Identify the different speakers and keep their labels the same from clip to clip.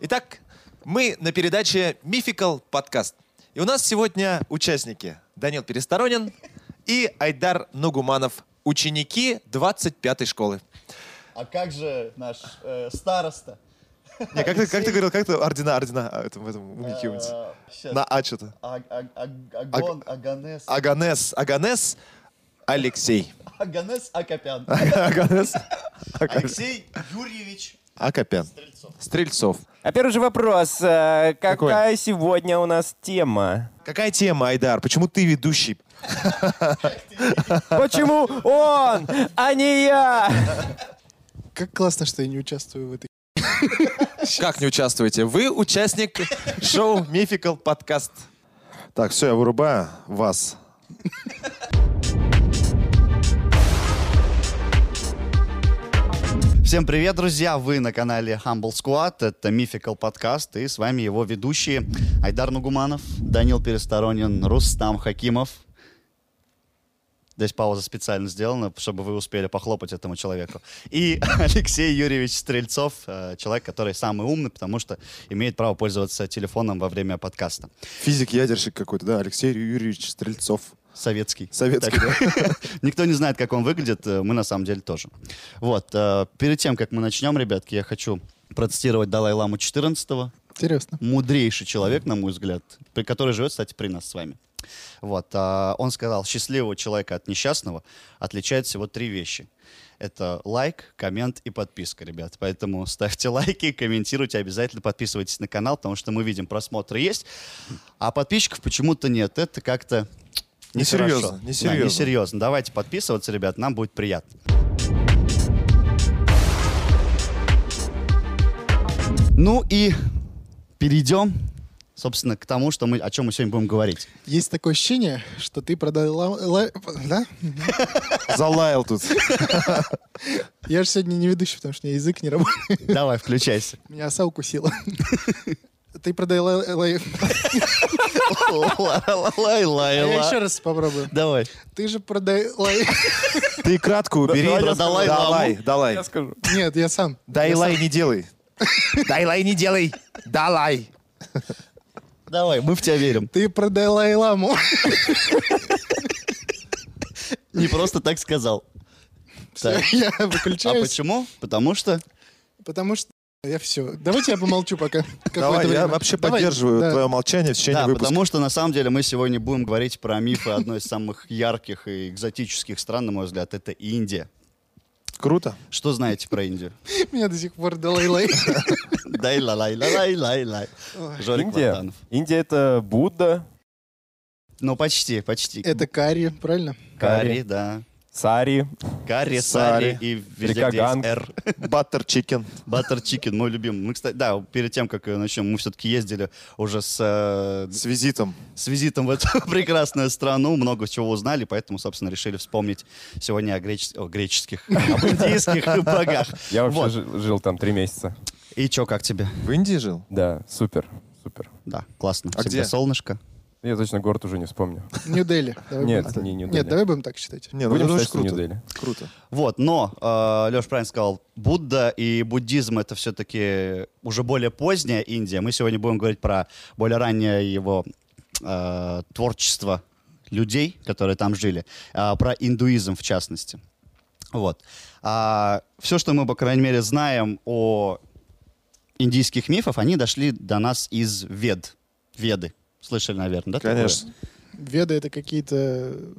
Speaker 1: Итак, мы на передаче Мификал подкаст. И у нас сегодня участники Данил Пересторонин и Айдар Нугуманов, ученики 25-й школы.
Speaker 2: А как же наш э, староста?
Speaker 1: Не, как, ты, как ты говорил, как ты ордена, ордена а, это, в этом умнике у нас?
Speaker 2: Э, щас.
Speaker 1: На А что-то.
Speaker 2: А- а- а- Агон, Аганес,
Speaker 1: Аганес, Аганес Алексей.
Speaker 2: Аганес А Акопян.
Speaker 1: Аганес Ака-
Speaker 2: Алексей Юрьевич
Speaker 1: Акопян.
Speaker 2: Стрельцов.
Speaker 1: Стрельцов.
Speaker 3: А первый же вопрос. э, Какая
Speaker 1: Какой?
Speaker 3: сегодня у нас тема?
Speaker 1: Какая тема, Айдар? Почему ты ведущий?
Speaker 3: Почему он, а не я?
Speaker 4: Как классно, что я не участвую в этой
Speaker 1: Как не участвуете? Вы участник шоу Мификал подкаст. Так, все, я вырубаю вас.
Speaker 2: Всем привет, друзья! Вы на канале Humble Squad, это Мификал подкаст, и с вами его ведущие Айдар Нугуманов, Данил Пересторонин, Рустам Хакимов. Здесь пауза специально сделана, чтобы вы успели похлопать этому человеку. И Алексей Юрьевич Стрельцов, э, человек, который самый умный, потому что имеет право пользоваться телефоном во время подкаста.
Speaker 1: Физик-ядерщик какой-то, да, Алексей Юрьевич Стрельцов.
Speaker 2: Советский.
Speaker 1: Советский,
Speaker 2: Так. Никто не знает, как он выглядит, э, мы на самом деле тоже. Вот, э, перед тем, как мы начнем, ребятки, я хочу процитировать Далай-Ламу 14
Speaker 4: Интересно.
Speaker 2: мудрейший человек, на мой взгляд, при, который живет, кстати, при нас с вами. Вот, а, он сказал, счастливого человека от несчастного отличает всего три вещи. Это лайк, коммент и подписка, ребят. Поэтому ставьте лайки, комментируйте, обязательно подписывайтесь на канал, потому что мы видим, просмотры есть, а подписчиков почему-то нет. Это как-то
Speaker 1: Несерьезно,
Speaker 2: нехорошо. Да,
Speaker 1: несерьезно.
Speaker 2: несерьезно. Давайте подписываться, ребят, нам будет приятно. Ну и перейдем, собственно, к тому, что мы, о чем мы сегодня будем говорить.
Speaker 4: Есть такое ощущение, что ты продала... ла- Да?
Speaker 1: Залаял тут.
Speaker 4: Я же сегодня не ведущий, потому что у меня язык не работает.
Speaker 2: Давай, включайся.
Speaker 4: Меня оса укусила. Ты продала... ла- А Я еще
Speaker 2: Лай-лай-лай.
Speaker 4: раз попробую.
Speaker 2: Давай.
Speaker 4: Ты же продала...
Speaker 1: Ты кратко убери.
Speaker 2: Давай, продалай
Speaker 1: Давай,
Speaker 2: ламу.
Speaker 1: давай.
Speaker 3: Я скажу.
Speaker 4: Нет, я сам.
Speaker 1: Дай лай, не делай. Дай лай, не делай. Далай.
Speaker 2: Давай, мы в тебя верим.
Speaker 4: Ты продала и ламу.
Speaker 2: Не просто так сказал.
Speaker 4: Всё,
Speaker 2: Так.
Speaker 4: Я
Speaker 2: А
Speaker 4: выключаюсь,
Speaker 2: почему? Потому что...
Speaker 4: потому что я все. Давайте я помолчу пока. какое-то
Speaker 1: Давай, я
Speaker 4: время.
Speaker 1: вообще
Speaker 4: Давай,
Speaker 1: поддерживаю
Speaker 4: да.
Speaker 1: твое молчание в течение
Speaker 2: Да,
Speaker 1: выпуска.
Speaker 2: потому что на самом деле мы сегодня будем говорить про мифы одной из самых ярких и экзотических стран, на мой взгляд, это Индия.
Speaker 1: Круто.
Speaker 2: Что знаете про Индию?
Speaker 4: Меня до сих пор дала и лай.
Speaker 2: Дай ла лай ла лай лай лай. Жорик
Speaker 3: Индия.
Speaker 2: Платанов.
Speaker 3: Индия — это Будда,
Speaker 2: Ну почти, почти.
Speaker 4: Это карри, правильно?
Speaker 2: карри, да.
Speaker 3: Сари.
Speaker 2: Карри,
Speaker 1: Сари.
Speaker 2: сари и везде,
Speaker 3: Река
Speaker 2: где есть
Speaker 3: Ганг.
Speaker 2: «Р».
Speaker 1: Баттер чикен.
Speaker 2: Баттер чикен, мой любимый. Мы, кстати, да, перед тем, как э, начнем, мы все-таки ездили уже с, э,
Speaker 1: С визитом.
Speaker 2: с визитом в эту прекрасную страну, много чего узнали, поэтому, собственно, решили вспомнить сегодня о, греч- о греческих, об индийских богах.
Speaker 3: Я вообще
Speaker 2: Вот.
Speaker 3: жи- жил там три месяца.
Speaker 2: И чё, как тебе?
Speaker 1: В Индии жил?
Speaker 3: Да, супер, супер.
Speaker 2: Да, классно.
Speaker 1: А
Speaker 2: Всегда
Speaker 1: где?
Speaker 2: солнышко.
Speaker 3: Я точно город уже не вспомню.
Speaker 4: Нью-Дели. Давай
Speaker 3: Нет,
Speaker 4: будем так.
Speaker 3: не Нью-Дели.
Speaker 4: Нет, давай будем так считать.
Speaker 1: Не,
Speaker 3: Будем
Speaker 1: это очень
Speaker 3: считать, что
Speaker 1: круто.
Speaker 3: Нью-Дели.
Speaker 1: Круто.
Speaker 2: Вот, но, э, Леш правильно сказал, Будда и буддизм это все-таки уже более поздняя Индия. Мы сегодня будем говорить про более раннее его э, творчество людей, которые там жили, а, про индуизм в частности. Вот. все, что мы, по крайней мере, знаем о индийских мифах, они дошли до нас из Вед. Веды. Слышали, наверное, да? такое?
Speaker 1: Конечно.
Speaker 4: Веды это какие-то э,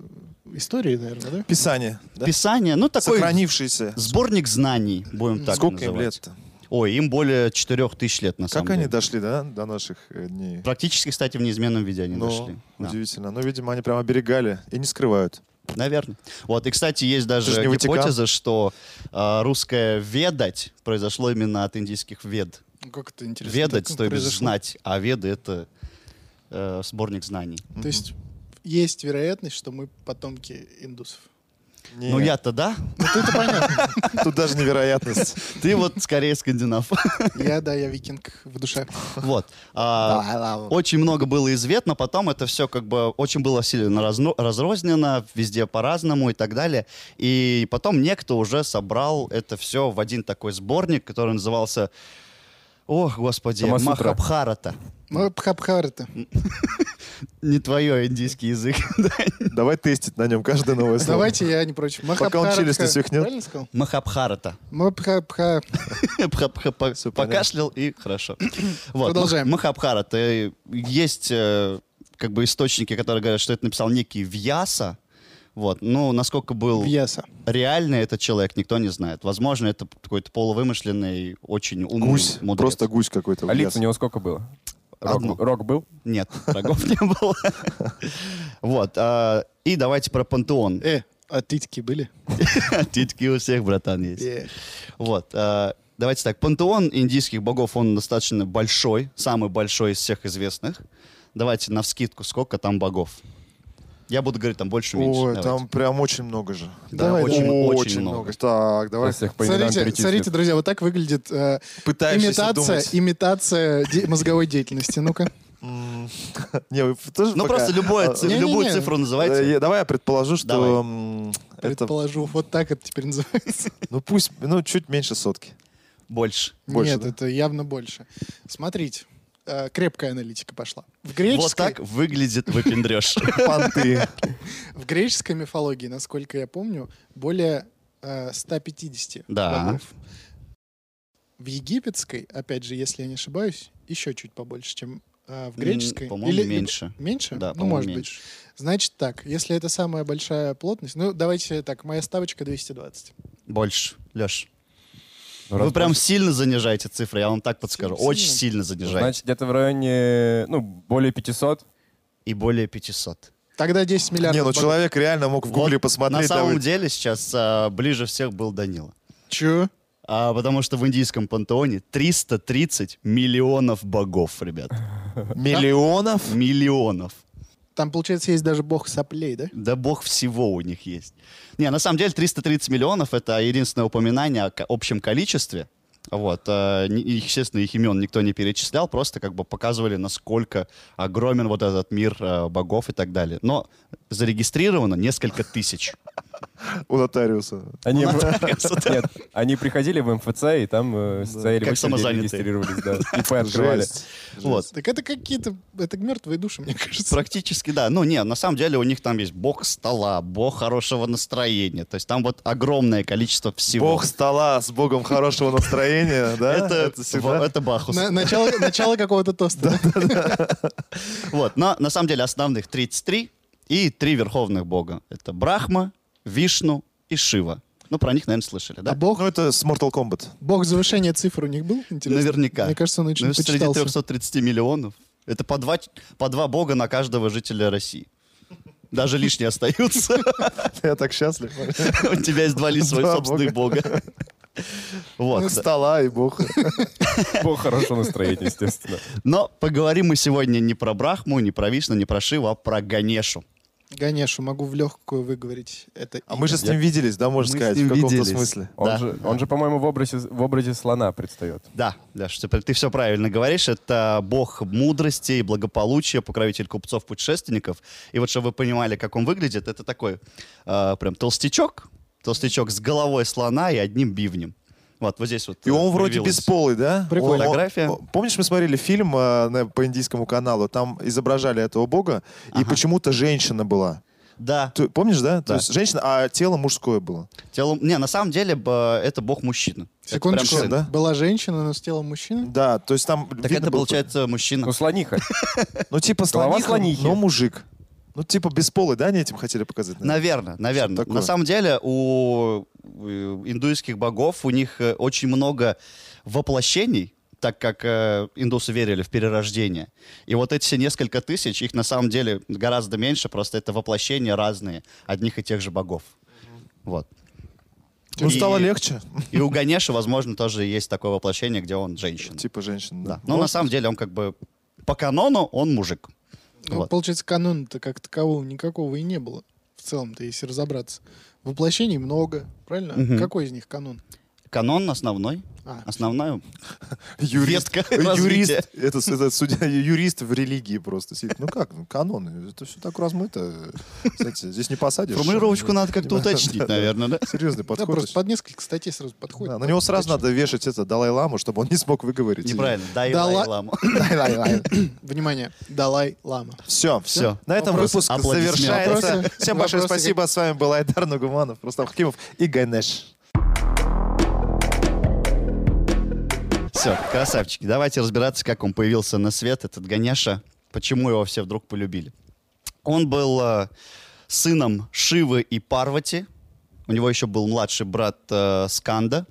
Speaker 4: истории, наверное, да?
Speaker 1: Писание. да?
Speaker 2: Писание, ну такой
Speaker 1: Сохранившиеся.
Speaker 2: сборник знаний, будем так
Speaker 1: Сколько им
Speaker 2: называть.
Speaker 1: лет-то?
Speaker 2: Ой, им более 4000 лет, на самом
Speaker 1: Как они
Speaker 2: деле.
Speaker 1: дошли, да, до наших э, дней?
Speaker 2: Практически, кстати, в неизменном виде они
Speaker 1: Ну,
Speaker 2: дошли. Да.
Speaker 1: удивительно. Ну, видимо, они прям оберегали и не скрывают.
Speaker 2: Наверное. Вот, и, кстати, есть даже
Speaker 1: же не Ватикан.
Speaker 2: гипотеза, что э, русское «ведать» произошло именно от индийских «вед».
Speaker 4: Ну, Как это интересно.
Speaker 2: «Ведать»
Speaker 4: так
Speaker 2: то есть
Speaker 4: произошло.
Speaker 2: «знать», а «веды» — это э, сборник знаний.
Speaker 4: То есть есть вероятность, что мы потомки индусов.
Speaker 1: Не,
Speaker 2: Ну, я-то да,
Speaker 1: Тут даже невероятность.
Speaker 2: ты вот скорее скандинав.
Speaker 4: Я, да, я викинг в душе.
Speaker 2: Вот. А, Очень много было извет, но потом это все как бы очень было сильно разно- разрознено, везде по-разному и так далее. И потом некто уже собрал это все в один такой сборник, который назывался Ох, господи,
Speaker 3: Камасутра.
Speaker 2: Махабхарата.
Speaker 4: Ну, Пхабхарата.
Speaker 2: Не твое индийский язык.
Speaker 1: Давай тестить на нем каждое новое слово.
Speaker 4: Давайте, я не против.
Speaker 1: Пока он челюсть не
Speaker 4: Махабхаратха.
Speaker 1: свихнет.
Speaker 4: Правильно сказал?
Speaker 2: Махабхарата.
Speaker 4: Махабха-
Speaker 2: Пха-пха-па- Покашлял и хорошо. Вот,
Speaker 4: Продолжаем.
Speaker 2: Мах- Махабхарата. Э, Есть э, как бы источники, которые говорят, что это написал некий Вьяса. Вот. Ну, насколько был
Speaker 4: Вьяса.
Speaker 2: реальный этот человек, никто не знает. Возможно, это какой-то полувымышленный, очень умный
Speaker 1: Гусь,
Speaker 2: мудрец.
Speaker 1: просто гусь какой-то.
Speaker 3: А лиц
Speaker 1: Ясно.
Speaker 3: у него сколько было?
Speaker 2: Одно.
Speaker 3: Рок, рок был?
Speaker 2: Нет, врагов не было. Вот. а, И давайте про пантеон.
Speaker 4: Э, а ты такие были?
Speaker 2: Титьки у всех, братан, есть.
Speaker 4: Э.
Speaker 2: Вот. э, Давайте так. Пантеон индийских богов, он достаточно большой, самый большой из всех известных. Давайте на вскидку, сколько там богов. Я буду говорить, там больше, меньше.
Speaker 1: Ой,
Speaker 2: Давайте.
Speaker 1: там прям очень много же.
Speaker 2: Да,
Speaker 4: Давай,
Speaker 2: очень,
Speaker 4: давай.
Speaker 2: очень
Speaker 1: Очень
Speaker 2: много.
Speaker 1: много. Так, давай.
Speaker 3: Сейчас всех по именам
Speaker 4: Смотрите,
Speaker 3: перечислю.
Speaker 4: смотрите, друзья, вот так выглядит э,
Speaker 1: Пытаешься
Speaker 4: имитация,
Speaker 1: думать.
Speaker 4: имитация де- мозговой деятельности. Ну-ка.
Speaker 1: Не, вы тоже
Speaker 2: Ну,
Speaker 1: пока-
Speaker 2: просто любое
Speaker 1: А,
Speaker 2: ци-
Speaker 4: Не-не-не.
Speaker 2: любую цифру
Speaker 1: э,
Speaker 2: называйте.
Speaker 1: я- Давай я предположу, что
Speaker 2: Давай.
Speaker 1: м, это...
Speaker 4: Предположу, вот так это теперь называется.
Speaker 1: Ну пусть, ну чуть меньше сотки.
Speaker 2: Больше.
Speaker 1: Больше,
Speaker 4: Нет,
Speaker 1: да?
Speaker 4: это явно больше. Смотрите, э, крепкая аналитика пошла. В
Speaker 2: Вот
Speaker 4: греческой,
Speaker 2: так выглядит выпендрешь.
Speaker 1: Понты.
Speaker 4: в греческой мифологии, насколько я помню, более э, 150
Speaker 2: Да.
Speaker 4: богов. В египетской, опять же, если я не ошибаюсь, еще чуть побольше, чем э, в греческой.
Speaker 2: М, По-моему,
Speaker 4: Или-
Speaker 2: меньше.
Speaker 4: Меньше?
Speaker 2: Да,
Speaker 4: ну,
Speaker 2: по-моему,
Speaker 4: может быть.
Speaker 2: меньше.
Speaker 4: Значит так, если это самая большая плотность, ну давайте так, моя ставочка 220.
Speaker 2: Больше. Леш,
Speaker 3: Ну,
Speaker 2: вы
Speaker 3: раз
Speaker 2: прям
Speaker 3: больше.
Speaker 2: сильно занижаете цифры, я вам так подскажу.
Speaker 4: Сильно.
Speaker 2: Очень сильно занижаете.
Speaker 3: Значит, где-то в районе, ну, более 500.
Speaker 2: И более 500.
Speaker 4: Тогда 10 миллиардов.
Speaker 1: Не, ну
Speaker 4: богов.
Speaker 1: человек реально мог в гугле
Speaker 2: Вот На
Speaker 1: посмотреть. да,
Speaker 2: самом
Speaker 1: вы-
Speaker 2: деле сейчас а, ближе всех был Данила.
Speaker 4: Чё?
Speaker 2: А, потому что в индийском пантеоне 330 миллионов богов, ребят.
Speaker 1: Миллионов?
Speaker 2: Миллионов.
Speaker 4: Там, получается, есть даже бог соплей, да?
Speaker 2: Да бог всего у них есть. Не, на самом деле 330 миллионов — это единственное упоминание о ко- общем количестве. Вот. а, не- и, Естественно, их имен никто не перечислял, просто как бы показывали, насколько огромен вот этот мир а, богов и так далее. Но зарегистрировано несколько тысяч.
Speaker 1: У нотариуса.
Speaker 3: Они, нет, они приходили в МФЦ, и там э, стояли
Speaker 2: Как
Speaker 3: в очереди,
Speaker 2: самозанятые.
Speaker 3: регистрировались. Да, ИП открывали.
Speaker 1: Жесть.
Speaker 2: Вот.
Speaker 4: Так это какие-то... Это мертвые души, мне кажется.
Speaker 2: Практически, да. Ну, не, на самом деле у них там есть бог стола, бог хорошего настроения. То есть там вот огромное количество всего.
Speaker 1: Бог стола с богом хорошего настроения, да?
Speaker 2: это,
Speaker 1: всегда-
Speaker 2: во- это Бахус.
Speaker 4: На- начало, начало какого-то тоста. да?
Speaker 2: Вот, но на самом деле основных 33 и три верховных бога. Это Брахма, Вишну и Шива. Ну, про них, наверное, слышали, да?
Speaker 4: А бог,
Speaker 1: Ну, это с Mortal Kombat.
Speaker 4: бог завышения цифр у них был? Интересно.
Speaker 2: Наверняка.
Speaker 4: Мне кажется, он очень
Speaker 2: Ну, среди
Speaker 4: почитался.
Speaker 2: 330 миллионов. Это по два, ч- по два бога на каждого жителя России. Даже лишние остаются.
Speaker 1: Я так счастлив.
Speaker 2: У тебя есть два ли своих
Speaker 1: Два Ну,
Speaker 2: собственных бога. Вот. да.
Speaker 1: Стола и бог.
Speaker 3: Бог хорошего настроения, естественно.
Speaker 2: Но поговорим мы сегодня не про Брахму, не про Вишну, не про Шиву, а про Ганешу.
Speaker 4: Ганешу, могу в легкую выговорить это
Speaker 1: А
Speaker 4: имя.
Speaker 1: мы же с ним
Speaker 3: Я-
Speaker 1: виделись, да, можно
Speaker 2: Мы с
Speaker 1: сказать,
Speaker 2: ним
Speaker 1: в каком-то
Speaker 2: виделись.
Speaker 1: смысле.
Speaker 3: Он,
Speaker 2: Да.
Speaker 3: же, он же, по-моему, в образе, в образе слона предстает.
Speaker 2: Да, Леш, ты, ты все правильно говоришь. Это бог мудрости и благополучия, покровитель купцов-путешественников. И вот, чтобы вы понимали, как он выглядит, это такой э, прям толстячок, толстячок с головой слона и одним бивнем. Вот, вот здесь вот.
Speaker 1: И
Speaker 2: э,
Speaker 1: он вроде
Speaker 2: появилась.
Speaker 1: бесполый, да?
Speaker 4: Прикольно.
Speaker 1: Он- он-
Speaker 2: Фотография.
Speaker 1: о, Помнишь, мы смотрели фильм э, на- по индийскому каналу, там изображали этого бога, и
Speaker 2: Ага.
Speaker 1: почему-то женщина была.
Speaker 2: Да.
Speaker 1: Ты помнишь, да? То
Speaker 2: Да.
Speaker 1: есть женщина, а тело мужское было.
Speaker 2: Телом... Не, на самом деле б- э, это бог-мужчина. Это прям
Speaker 4: Секундочку,
Speaker 2: сын.
Speaker 1: да?
Speaker 4: была женщина, но с телом мужчины?
Speaker 1: Да, то есть там
Speaker 2: Так
Speaker 1: видно
Speaker 2: это,
Speaker 1: было-
Speaker 2: получается, мужчина.
Speaker 3: Ну, слониха.
Speaker 1: Ну, типа
Speaker 3: голова
Speaker 1: слониха,
Speaker 3: слонихи.
Speaker 1: но мужик. Ну, типа бесполый, да, они этим хотели показать? наверное?
Speaker 2: Наверное, наверное.
Speaker 1: такое.
Speaker 2: На самом деле у э, индуистских богов у них э, очень много воплощений, так как э, индусы верили в перерождение. И вот эти все несколько тысяч, их на самом деле гораздо меньше, просто это воплощения разные одних и тех же богов. Вот.
Speaker 1: Ну,
Speaker 2: И-
Speaker 1: стало легче.
Speaker 2: И у Ганеша, возможно, тоже есть такое воплощение, где он женщина.
Speaker 1: Типа женщина.
Speaker 2: Да. Ну, Но на самом деле он как бы по канону он мужик.
Speaker 4: Ну,
Speaker 2: Вот.
Speaker 4: получается, канона-то как такового никакого и не было. В целом-то, если разобраться. Воплощений много, правильно?
Speaker 2: Мгм.
Speaker 4: Какой из них канон?
Speaker 2: канон основной.
Speaker 4: А,
Speaker 2: Основная
Speaker 1: Ну, Юрист.
Speaker 2: ветка развития.
Speaker 1: Юрист, это, с- это судья, юрист в религии просто сидит. Ну как, ну каноны, это все так размыто. Знаете, здесь не посадишь.
Speaker 2: Формулировочку надо как-то уточнить, наверное, да?
Speaker 1: Серьезный
Speaker 4: да,
Speaker 1: подход.
Speaker 4: просто под несколько статей сразу подходит.
Speaker 1: Да, на него сразу надо вешать это Далай-Ламу, чтобы он не смог выговорить.
Speaker 2: Неправильно. Дай
Speaker 4: Да ла-
Speaker 2: ламу.
Speaker 4: Внимание, Далай-Лама.
Speaker 1: Все,
Speaker 2: Всё.
Speaker 1: все. На этом
Speaker 2: Вопросы,
Speaker 1: выпуск
Speaker 2: аплодисменты.
Speaker 1: завершается.
Speaker 4: Вопросы?
Speaker 1: Всем большое
Speaker 4: Вопросы
Speaker 1: спасибо. С вами был Айдар Нугуманов, Рустам Хакимов и Гайнеш.
Speaker 2: Все, красавчики, давайте разбираться, как он появился на свет, этот Ганеша, почему его все вдруг полюбили. Он был э, сыном Шивы и Парвати, у него еще был младший брат э, Сканда,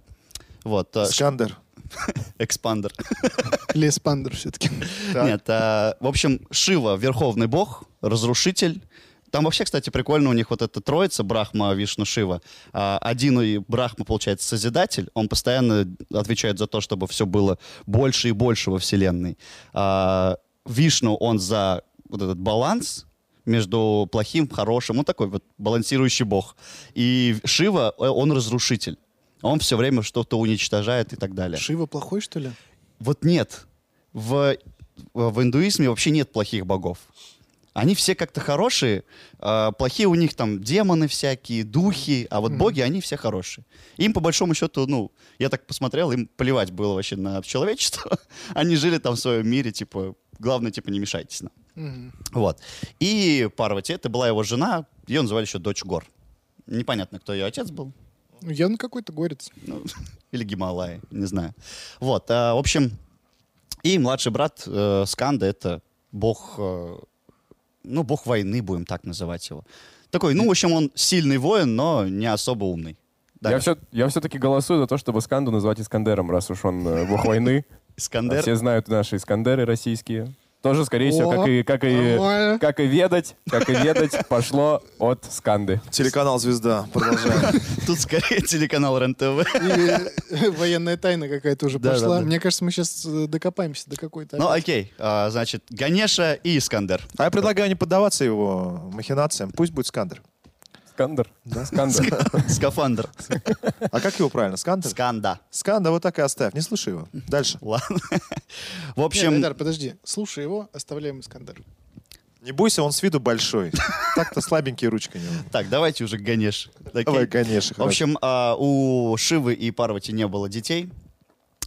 Speaker 2: вот, э,
Speaker 1: Скандер.
Speaker 2: Экспандер.
Speaker 4: Или Эспандер все-таки.
Speaker 1: Так.
Speaker 2: Нет, а, в общем, Шива — верховный бог, разрушитель. Там вообще, кстати, прикольно у них вот эта троица Брахма, Вишну, Шива. А, один и Брахма, получается, созидатель. Он постоянно отвечает за то, чтобы все было больше и больше во Вселенной. А, Вишну, он за вот этот баланс между плохим, хорошим. Он такой вот балансирующий бог. И Шива, э, он разрушитель. Он все время что-то уничтожает и так далее.
Speaker 4: Шива плохой, что ли?
Speaker 2: Вот нет. В, в индуизме вообще нет плохих богов. Они все как-то хорошие, а плохие у них там демоны всякие, духи, а вот боги, они все хорошие. Им по большому счету, ну, я так посмотрел, им плевать было вообще на человечество. Они жили там в своем мире, типа, главное, типа, не мешайтесь нам.
Speaker 4: Мгм.
Speaker 2: Вот. И Парвати, это была его жена, ее называли еще дочь гор. Непонятно, кто ее отец был,
Speaker 4: Ну, Явно какой-то горец.
Speaker 2: ну, или Гималаи, не знаю. Вот, а, в общем, и младший брат э, Сканда это бог, э, ну бог войны будем так называть его. Такой, ну в общем он сильный воин, но не особо умный.
Speaker 3: Я,
Speaker 2: Да,
Speaker 3: все, я все-таки голосую за то, чтобы Сканду назвать Искандером, раз уж он э, бог войны. А
Speaker 2: Искандер.
Speaker 3: Все знают наши Искандеры российские. Тоже, скорее всего,
Speaker 4: О,
Speaker 3: как и, как, и,
Speaker 4: нормально.
Speaker 3: как и ведать, как и ведать, пошло от Сканды.
Speaker 1: Телеканал «Звезда». Продолжаем.
Speaker 2: Тут скорее телеканал РЕН-ТВ.
Speaker 4: И военная тайна какая-то уже
Speaker 2: Да, да,
Speaker 4: пошла.
Speaker 2: да.
Speaker 4: Мне кажется, мы сейчас докопаемся до какой-то.
Speaker 2: Ну окей, а, значит Ганеша и Искандер.
Speaker 1: А я предлагаю не поддаваться его махинациям. Пусть будет Скандер.
Speaker 3: Скандер? Скандер.
Speaker 2: Скафандр.
Speaker 1: А как его правильно? Скандер?
Speaker 2: Сканда.
Speaker 1: Сканда, вот так и оставь. Не слушай его. Дальше.
Speaker 2: Ладно. В
Speaker 4: Нет,
Speaker 2: общем,
Speaker 4: Айдар, подожди. Слушай его, оставляем Искандер.
Speaker 1: Не бойся, он с виду большой. Так-то слабенькие ручки у него.
Speaker 2: так, давайте уже к Ганеш. Окей.
Speaker 1: Давай, конечно.
Speaker 2: В общем, а, у Шивы и Парвати не было детей,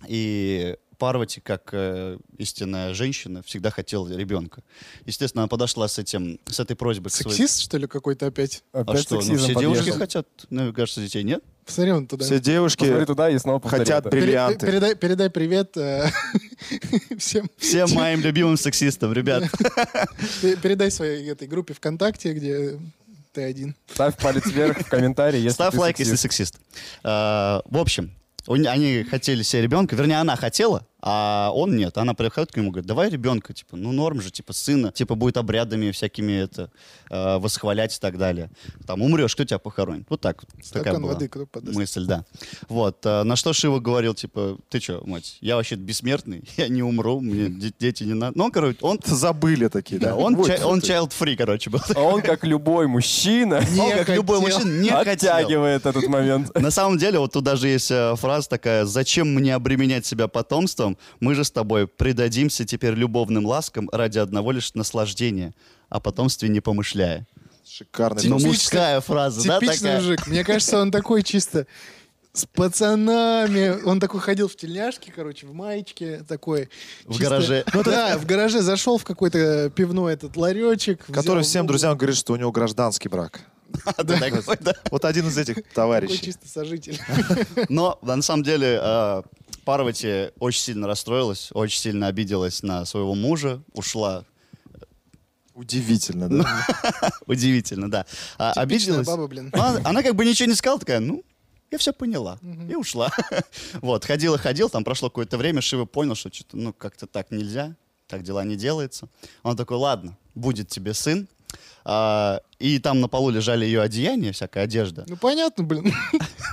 Speaker 2: и Парвати, как э, истинная женщина, всегда хотела ребенка. Естественно, она подошла с этим, с этой просьбой. к своей-
Speaker 4: Сексист, что ли, какой-то опять?
Speaker 2: А
Speaker 3: Опять
Speaker 2: что, ну,
Speaker 3: сексизм
Speaker 2: все
Speaker 3: подъехал.
Speaker 2: девушки хотят, э, ну, кажется, детей нет.
Speaker 4: Посмотри он туда.
Speaker 1: все девушки
Speaker 3: Посмотри туда и снова повтори
Speaker 1: хотят
Speaker 3: это.
Speaker 4: Пере-
Speaker 1: бриллианты.
Speaker 4: Передай, передай привет э, всем.
Speaker 2: Всем моим любимым сексистам, ребят.
Speaker 4: Пе- Передай своей этой группе ВКонтакте, где ты один.
Speaker 3: Ставь палец вверх в комментарии, если
Speaker 2: Ставь
Speaker 3: ты
Speaker 2: лайк, если
Speaker 3: сексист.
Speaker 2: сексист. А, В общем, у не- они хотели себе ребенка, вернее, она хотела, а он нет. Она приходит к нему и говорит, давай ребенка, типа, ну норм же, типа, сына, типа, будет обрядами всякими это, э, восхвалять и так далее. Там, умрешь, кто тебя похоронит? Вот так. вот. Такая
Speaker 4: Стакан
Speaker 2: была
Speaker 4: воды кто подаст.
Speaker 2: мысль, да. Вот, а, на что Шива говорил, типа, ты что, мать, я вообще бессмертный, я не умру, мне де- дети не надо. Ну, короче, он...
Speaker 1: Забыли такие, да.
Speaker 2: Да, он,
Speaker 1: Вот,
Speaker 2: чай-
Speaker 1: вот
Speaker 2: он
Speaker 1: ты.
Speaker 2: child-free, короче, был.
Speaker 3: А он, как любой мужчина,
Speaker 2: он, как
Speaker 4: хотел.
Speaker 2: любой мужчина, не хотел.
Speaker 3: оттягивает этот момент.
Speaker 2: На самом деле, вот тут даже есть э, фраза такая, зачем мне обременять себя потомством, мы же с тобой предадимся теперь любовным ласкам ради одного лишь наслаждения, о потомстве не помышляя.
Speaker 1: Шикарный.
Speaker 2: Ну,
Speaker 4: Типичный-
Speaker 2: мужская фраза, да,
Speaker 4: Типичный
Speaker 2: такая?
Speaker 4: мужик. Мне кажется, он такой чисто с пацанами. Он такой ходил в тельняшке, короче, в маечке такой.
Speaker 2: В гараже.
Speaker 4: Ну да, в гараже зашел в какой-то пивной этот ларечек. взял
Speaker 2: ну,
Speaker 1: Который всем
Speaker 4: рубль.
Speaker 1: друзьям говорит, что у него гражданский брак.
Speaker 2: Да, такой, да.
Speaker 1: Вот один из этих
Speaker 4: Такой
Speaker 1: товарищей.
Speaker 4: чисто сожитель.
Speaker 2: Но, на самом деле, э, Парвати очень сильно расстроилась, очень сильно обиделась на своего мужа, ушла.
Speaker 1: Удивительно, да?
Speaker 2: Удивительно, да. А,
Speaker 4: Типичная
Speaker 2: Обиделась.
Speaker 4: баба, блин.
Speaker 2: Ну, Она, она как бы ничего не сказала, такая, ну, я все поняла. И ушла. Вот, ходила-ходила, там прошло какое-то время, Шива понял, что что-то, ну, как-то так нельзя, так дела не делаются. Он такой, ладно, будет тебе сын. А, и там на полу лежали ее одеяния, всякая одежда.
Speaker 4: Ну понятно, блин.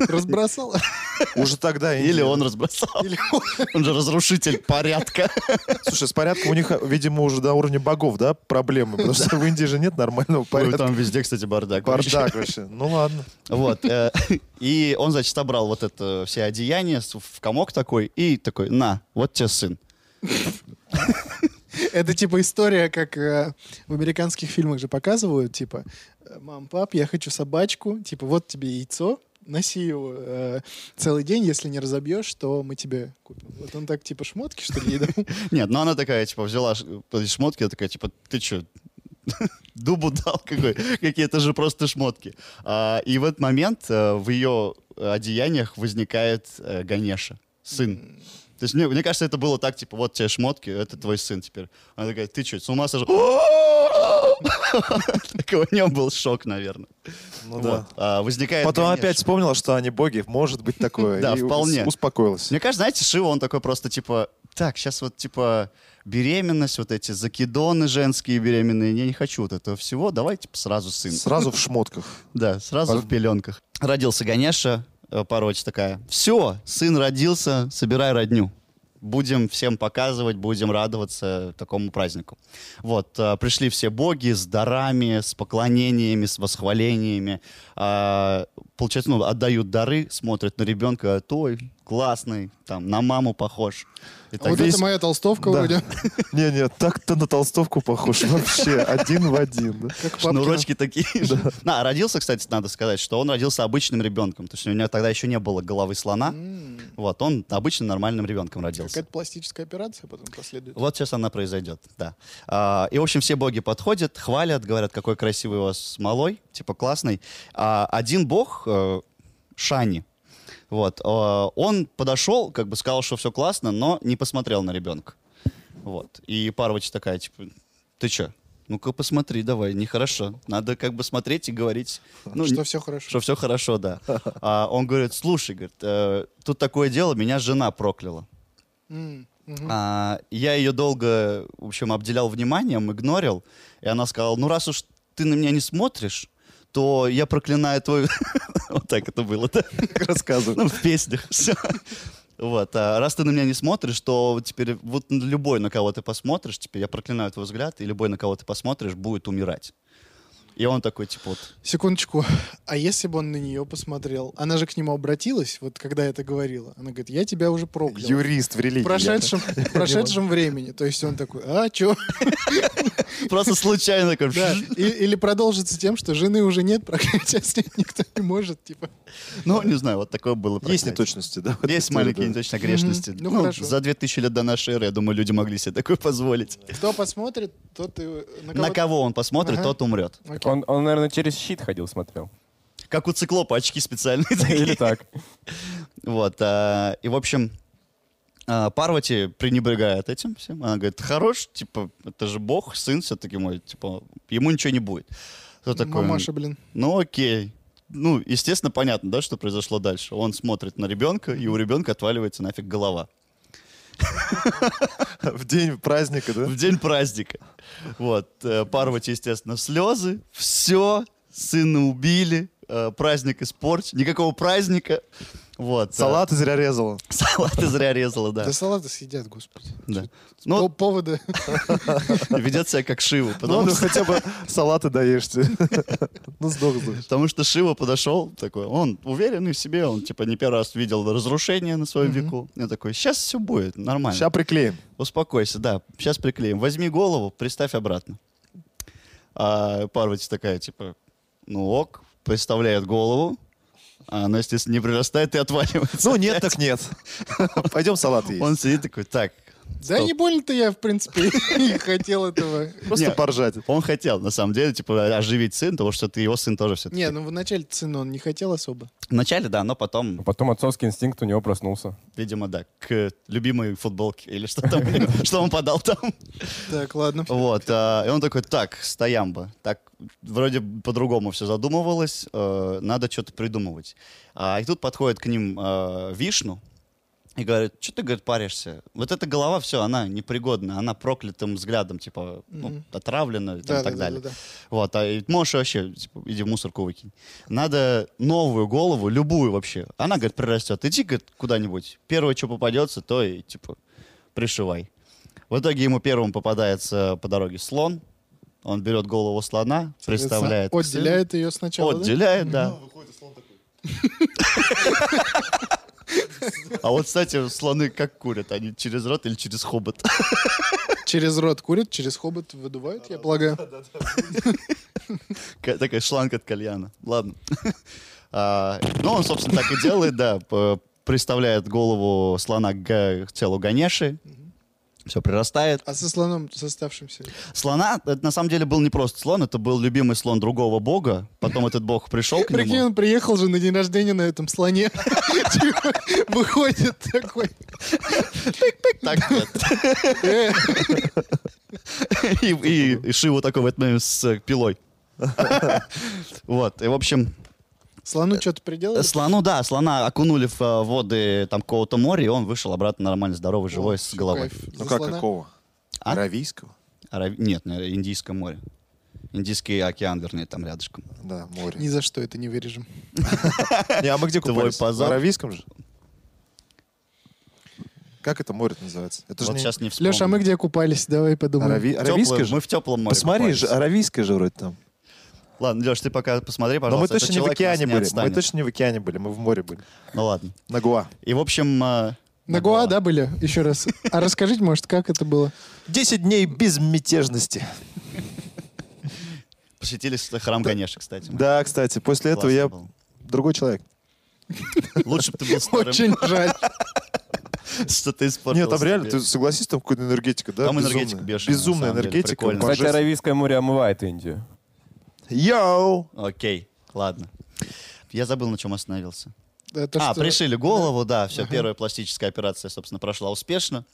Speaker 4: Разбросал.
Speaker 1: Уже тогда
Speaker 2: Или
Speaker 1: Индия.
Speaker 2: он разбросал.
Speaker 4: Или
Speaker 2: Он же разрушитель порядка.
Speaker 1: Слушай, с порядком у них, видимо, уже до уровня богов, да, проблемы, потому что в Индии же нет нормального
Speaker 2: Ой,
Speaker 1: порядка.
Speaker 2: Там везде, кстати, бардак. вообще.
Speaker 1: Бардак вообще. Ну ладно.
Speaker 2: Вот. э, И он, значит, собрал вот это все одеяния с- в комок такой и такой, на, вот тебе сын.
Speaker 4: Это типа история, как э, в американских фильмах же показывают, типа, э, мам, пап, я хочу собачку, типа, вот тебе яйцо, носи его э, целый день, если не разобьешь, то мы тебе купим. Вот он так типа шмотки, что ли, ей дал?
Speaker 2: Нет, ну она такая, типа, взяла ш- эти шмотки, она такая, типа, ты чё, дубу дал какой? Какие-то же просто шмотки. А, И в этот момент э, в ее одеяниях возникает э, Ганеша, сын. То есть мне, мне кажется, это было так, типа, вот тебе шмотки, это твой сын теперь. Она такая, ты чё, с ума сошел? Так у нее был шок, наверное.
Speaker 1: Ну
Speaker 2: Вот.
Speaker 1: да.
Speaker 2: А,
Speaker 4: Э,
Speaker 2: Возникает
Speaker 1: Потом
Speaker 2: Ганеша.
Speaker 1: опять вспомнила, что они боги. Может быть такое.
Speaker 2: Да,
Speaker 1: и
Speaker 2: вполне.
Speaker 1: ус- Успокоилась.
Speaker 2: Мне кажется, знаете, Шива, он такой просто типа, так, сейчас вот типа беременность, вот эти закидоны женские беременные, я не хочу вот этого всего, давай типа сразу сын.
Speaker 1: Сразу в шмотках.
Speaker 2: Да, сразу в пеленках. Родился Ганеша, э, Пароч такая, все, сын родился, собирай родню. Будем всем показывать, будем радоваться такому празднику. Вот, э, пришли все боги с дарами, с поклонениями, с восхвалениями. А, получается, ну, отдают дары, смотрят на ребенка, говорят, ой, классный, там, на маму похож. И так
Speaker 4: А Вот
Speaker 2: далее.
Speaker 4: это моя толстовка
Speaker 1: Да.
Speaker 4: вроде.
Speaker 1: Не-не, так-то на толстовку похож вообще. Один в один. да.
Speaker 4: Как папкина.
Speaker 2: Шнурочки такие же. На, родился, кстати, надо сказать, что он родился обычным ребенком. То есть у него тогда еще не было головы слона.
Speaker 4: М,
Speaker 2: Вот, он обычным нормальным ребенком родился.
Speaker 4: Какая-то пластическая операция потом последует.
Speaker 2: Вот сейчас она произойдет, да. А, и, в общем, все боги подходят, хвалят, говорят, какой красивый у вас малой, типа классный. А один бог, э, Шани, вот, э, он подошел, как бы сказал, что все классно, но не посмотрел на ребенка. Вот. И Парвач такая, типа, ты че? Ну-ка посмотри, давай, нехорошо. Надо как бы смотреть и говорить. Ну,
Speaker 4: Что все хорошо.
Speaker 2: что все хорошо, да. А он говорит, слушай, говорит, «э, тут такое дело, меня жена прокляла.
Speaker 4: М, мгм.
Speaker 2: А, я ее долго, в общем, обделял вниманием, игнорил. И она сказала, ну раз уж ты на меня не смотришь, то я проклинаю твою... Вот так это было, да?
Speaker 1: Рассказывай.
Speaker 2: Ну, в песнях. Все. Вот, а раз ты на меня не смотришь, то теперь вот любой, на кого ты посмотришь, теперь я проклинаю твой взгляд, и любой, на кого ты посмотришь, будет умирать. И он такой, типа, вот,
Speaker 4: Секундочку. А если бы он на нее посмотрел? Она же к нему обратилась, вот когда я это говорила. Она говорит, я тебя уже проклял.
Speaker 1: Юрист в
Speaker 4: В
Speaker 1: религии.
Speaker 4: прошедшем, в прошедшем времени. То есть он такой, а, чё?
Speaker 2: просто случайно такой...
Speaker 4: Да. И- или продолжится тем, что жены уже нет, проклятия снять никто не может, типа.
Speaker 2: Ну, не знаю, вот такое было.
Speaker 1: Есть
Speaker 2: проклятие.
Speaker 1: неточности, да? в этой
Speaker 2: Есть
Speaker 1: истории,
Speaker 2: маленькие
Speaker 1: да.
Speaker 2: неточно грешности.
Speaker 4: Мгм. Ну, хорошо.
Speaker 2: За 2000 лет до нашей эры, я думаю, люди могли себе такое позволить.
Speaker 4: Кто посмотрит, тот и... э, На кого...
Speaker 2: На кого он посмотрит,
Speaker 4: а Ага.
Speaker 2: тот умрет.
Speaker 4: Окей.
Speaker 3: Он, он, наверное, через щит ходил, смотрел.
Speaker 2: Как у циклопа, очки специальные.
Speaker 3: Или
Speaker 2: такие.
Speaker 3: так.
Speaker 2: Вот. а, И, в общем, а, Парвати пренебрегает этим всем. Она говорит, хорош, типа, это же бог, сын все-таки мой, типа, ему ничего не будет. Кто такой?
Speaker 4: Мамаша, блин.
Speaker 2: Ну, окей. Ну, естественно, понятно, да, что произошло дальше. Он смотрит на ребенка, и у ребенка отваливается нафиг голова.
Speaker 1: В день праздника, да?
Speaker 2: в день праздника. Вот. э, Парвати, естественно, в слезы. Все. Сына убили. э, Праздник испортили. Никакого праздника. Вот. э,
Speaker 1: Салаты зря резала.
Speaker 2: Салаты зря резала, да.
Speaker 4: Да салаты съедят, господи.
Speaker 2: Да.
Speaker 4: По
Speaker 2: Ну,
Speaker 4: повода.
Speaker 2: ведет себя как Шива.
Speaker 1: Ну,
Speaker 2: Потому,
Speaker 1: ну,
Speaker 2: что,
Speaker 1: хотя бы салаты доешьте. Ну, сдох, знаешь.
Speaker 2: потому что Шива подошел такой, он уверенный в себе, он типа не первый раз видел разрушение на своем веку. Я такой, сейчас все будет нормально.
Speaker 1: Сейчас приклеим.
Speaker 2: Успокойся, да, сейчас приклеим. Возьми голову, приставь обратно. А Парвати такая, типа, ну ок, приставляет голову, а она, естественно, не прирастает и отваливается.
Speaker 1: Ну, нет так нет. Пойдем салаты есть.
Speaker 2: Он сидит такой, так,
Speaker 4: Да
Speaker 2: Стоп.
Speaker 4: не больно-то я, в принципе, и хотел этого.
Speaker 1: Просто
Speaker 2: не.
Speaker 1: поржать.
Speaker 2: он хотел, на самом деле, типа, оживить сын, потому что ты его сын тоже все-таки.
Speaker 4: Не, ну вначале цену он не хотел особо.
Speaker 2: Вначале, да, но потом,
Speaker 3: Потом отцовский инстинкт у него проснулся.
Speaker 2: видимо, да, к любимой футболке или что там, что он подал там.
Speaker 4: Так, ладно.
Speaker 2: Вот, а, и он такой, так, стоямба, так, вроде по-другому все задумывалось, э, надо что-то придумывать. А, и тут подходит к ним э, Вишну, И говорит, что ты, говорит, паришься? Вот эта голова, все, она непригодна, она проклятым взглядом, типа, ну,
Speaker 4: Мгм.
Speaker 2: отравлена и там,
Speaker 4: Да,
Speaker 2: так
Speaker 4: да, да,
Speaker 2: далее.
Speaker 4: да, да.
Speaker 2: Вот, а и можешь вообще, типа, иди в мусорку выкинь. Надо новую голову, любую вообще. Она, говорит, прирастет. Иди, говорит, куда-нибудь. Первое, что попадется, то и, типа, пришивай. В итоге ему первым попадается по дороге слон. Он берет голову слона, представляет. к сыну.
Speaker 4: Отделяет ее сначала, да?
Speaker 2: Отделяет, да. А вот, кстати, слоны как курят? Они через рот или через хобот?
Speaker 4: Через рот курит, через хобот выдувают, я полагаю.
Speaker 2: Ка- Такая шланг от кальяна. Ладно. А, Ну, он, собственно, так и делает, да. п- Приставляет голову слона к га- к телу Ганеши. Все прирастает.
Speaker 4: А со слоном, с оставшимся?
Speaker 2: Слона, это на самом деле был не просто слон, это был любимый слон другого бога. Потом этот бог пришел к
Speaker 4: Прикинь,
Speaker 2: нему.
Speaker 4: он приехал же на день рождения на этом слоне. Типа, Выходит такой.
Speaker 2: Так, нет.
Speaker 4: «Э,
Speaker 2: И, и- и Шиву такой в этот момент с э, пилой. Вот, и, в общем,
Speaker 4: Слону
Speaker 2: Э,
Speaker 4: что-то приделали?
Speaker 2: слону, ну да, слона окунули в э, воды там какого-то моря, и он вышел обратно нормально, здоровый, живой,
Speaker 4: О,
Speaker 2: с
Speaker 4: всё,
Speaker 2: головой.
Speaker 4: кайф.
Speaker 1: Ну
Speaker 4: За
Speaker 1: как,
Speaker 4: слона?
Speaker 1: какого?
Speaker 2: А?
Speaker 1: Аравийского?
Speaker 2: Арав- Нет, наверное, Индийское море. Индийский океан, вернее, там рядышком.
Speaker 1: Да, море.
Speaker 4: Ни за что это не вырежем.
Speaker 1: Не, а мы где
Speaker 2: Твой
Speaker 1: купались? В
Speaker 2: позор.
Speaker 1: Аравийском же? Как это море называется? Это
Speaker 2: вот
Speaker 1: же
Speaker 2: сейчас не вспомню.
Speaker 4: Леша, а мы где купались? Давай подумаем.
Speaker 1: Арави-
Speaker 2: Тёплое-
Speaker 1: Аравийское же?
Speaker 2: Мы в теплом море.
Speaker 1: Посмотри,
Speaker 2: купались.
Speaker 1: же, аравийское же вроде там.
Speaker 2: Ладно, Леш, ты пока посмотри,
Speaker 1: Но
Speaker 2: пожалуйста.
Speaker 1: мы
Speaker 2: этот
Speaker 1: точно не в
Speaker 2: человек нас
Speaker 1: океане
Speaker 2: не
Speaker 1: были. Мы
Speaker 2: отстанет.
Speaker 1: точно не в океане были, мы в море были.
Speaker 2: Ну ладно.
Speaker 1: На Гуа.
Speaker 2: И, в общем... э,
Speaker 4: На Гоа, да, были? Еще раз. А расскажите, может, как это было?
Speaker 1: 10 дней безмятежности.
Speaker 2: Посетили с- э, храм Ганеши, кстати. мы.
Speaker 1: Да, кстати, после этого
Speaker 2: Классно
Speaker 1: я
Speaker 2: было.
Speaker 1: другой человек.
Speaker 2: Лучше бы ты был старым,
Speaker 4: Очень жаль.
Speaker 2: что ты испортил
Speaker 1: Нет, там реально,
Speaker 2: себе.
Speaker 1: ты согласись, там какая-то энергетика, да?
Speaker 2: Там
Speaker 1: безумная.
Speaker 2: энергетика бешеная,
Speaker 1: Безумная
Speaker 2: на самом деле,
Speaker 1: энергетика.
Speaker 2: прикольно.
Speaker 3: Кстати,
Speaker 1: божественная.
Speaker 3: Аравийское море омывает Индию.
Speaker 1: Йоу!
Speaker 2: Окей, ладно. Я забыл, на чем остановился.
Speaker 4: Да, то,
Speaker 2: а,
Speaker 4: что-
Speaker 2: пришили голову, да, все, первая пластическая операция, собственно, прошла успешно.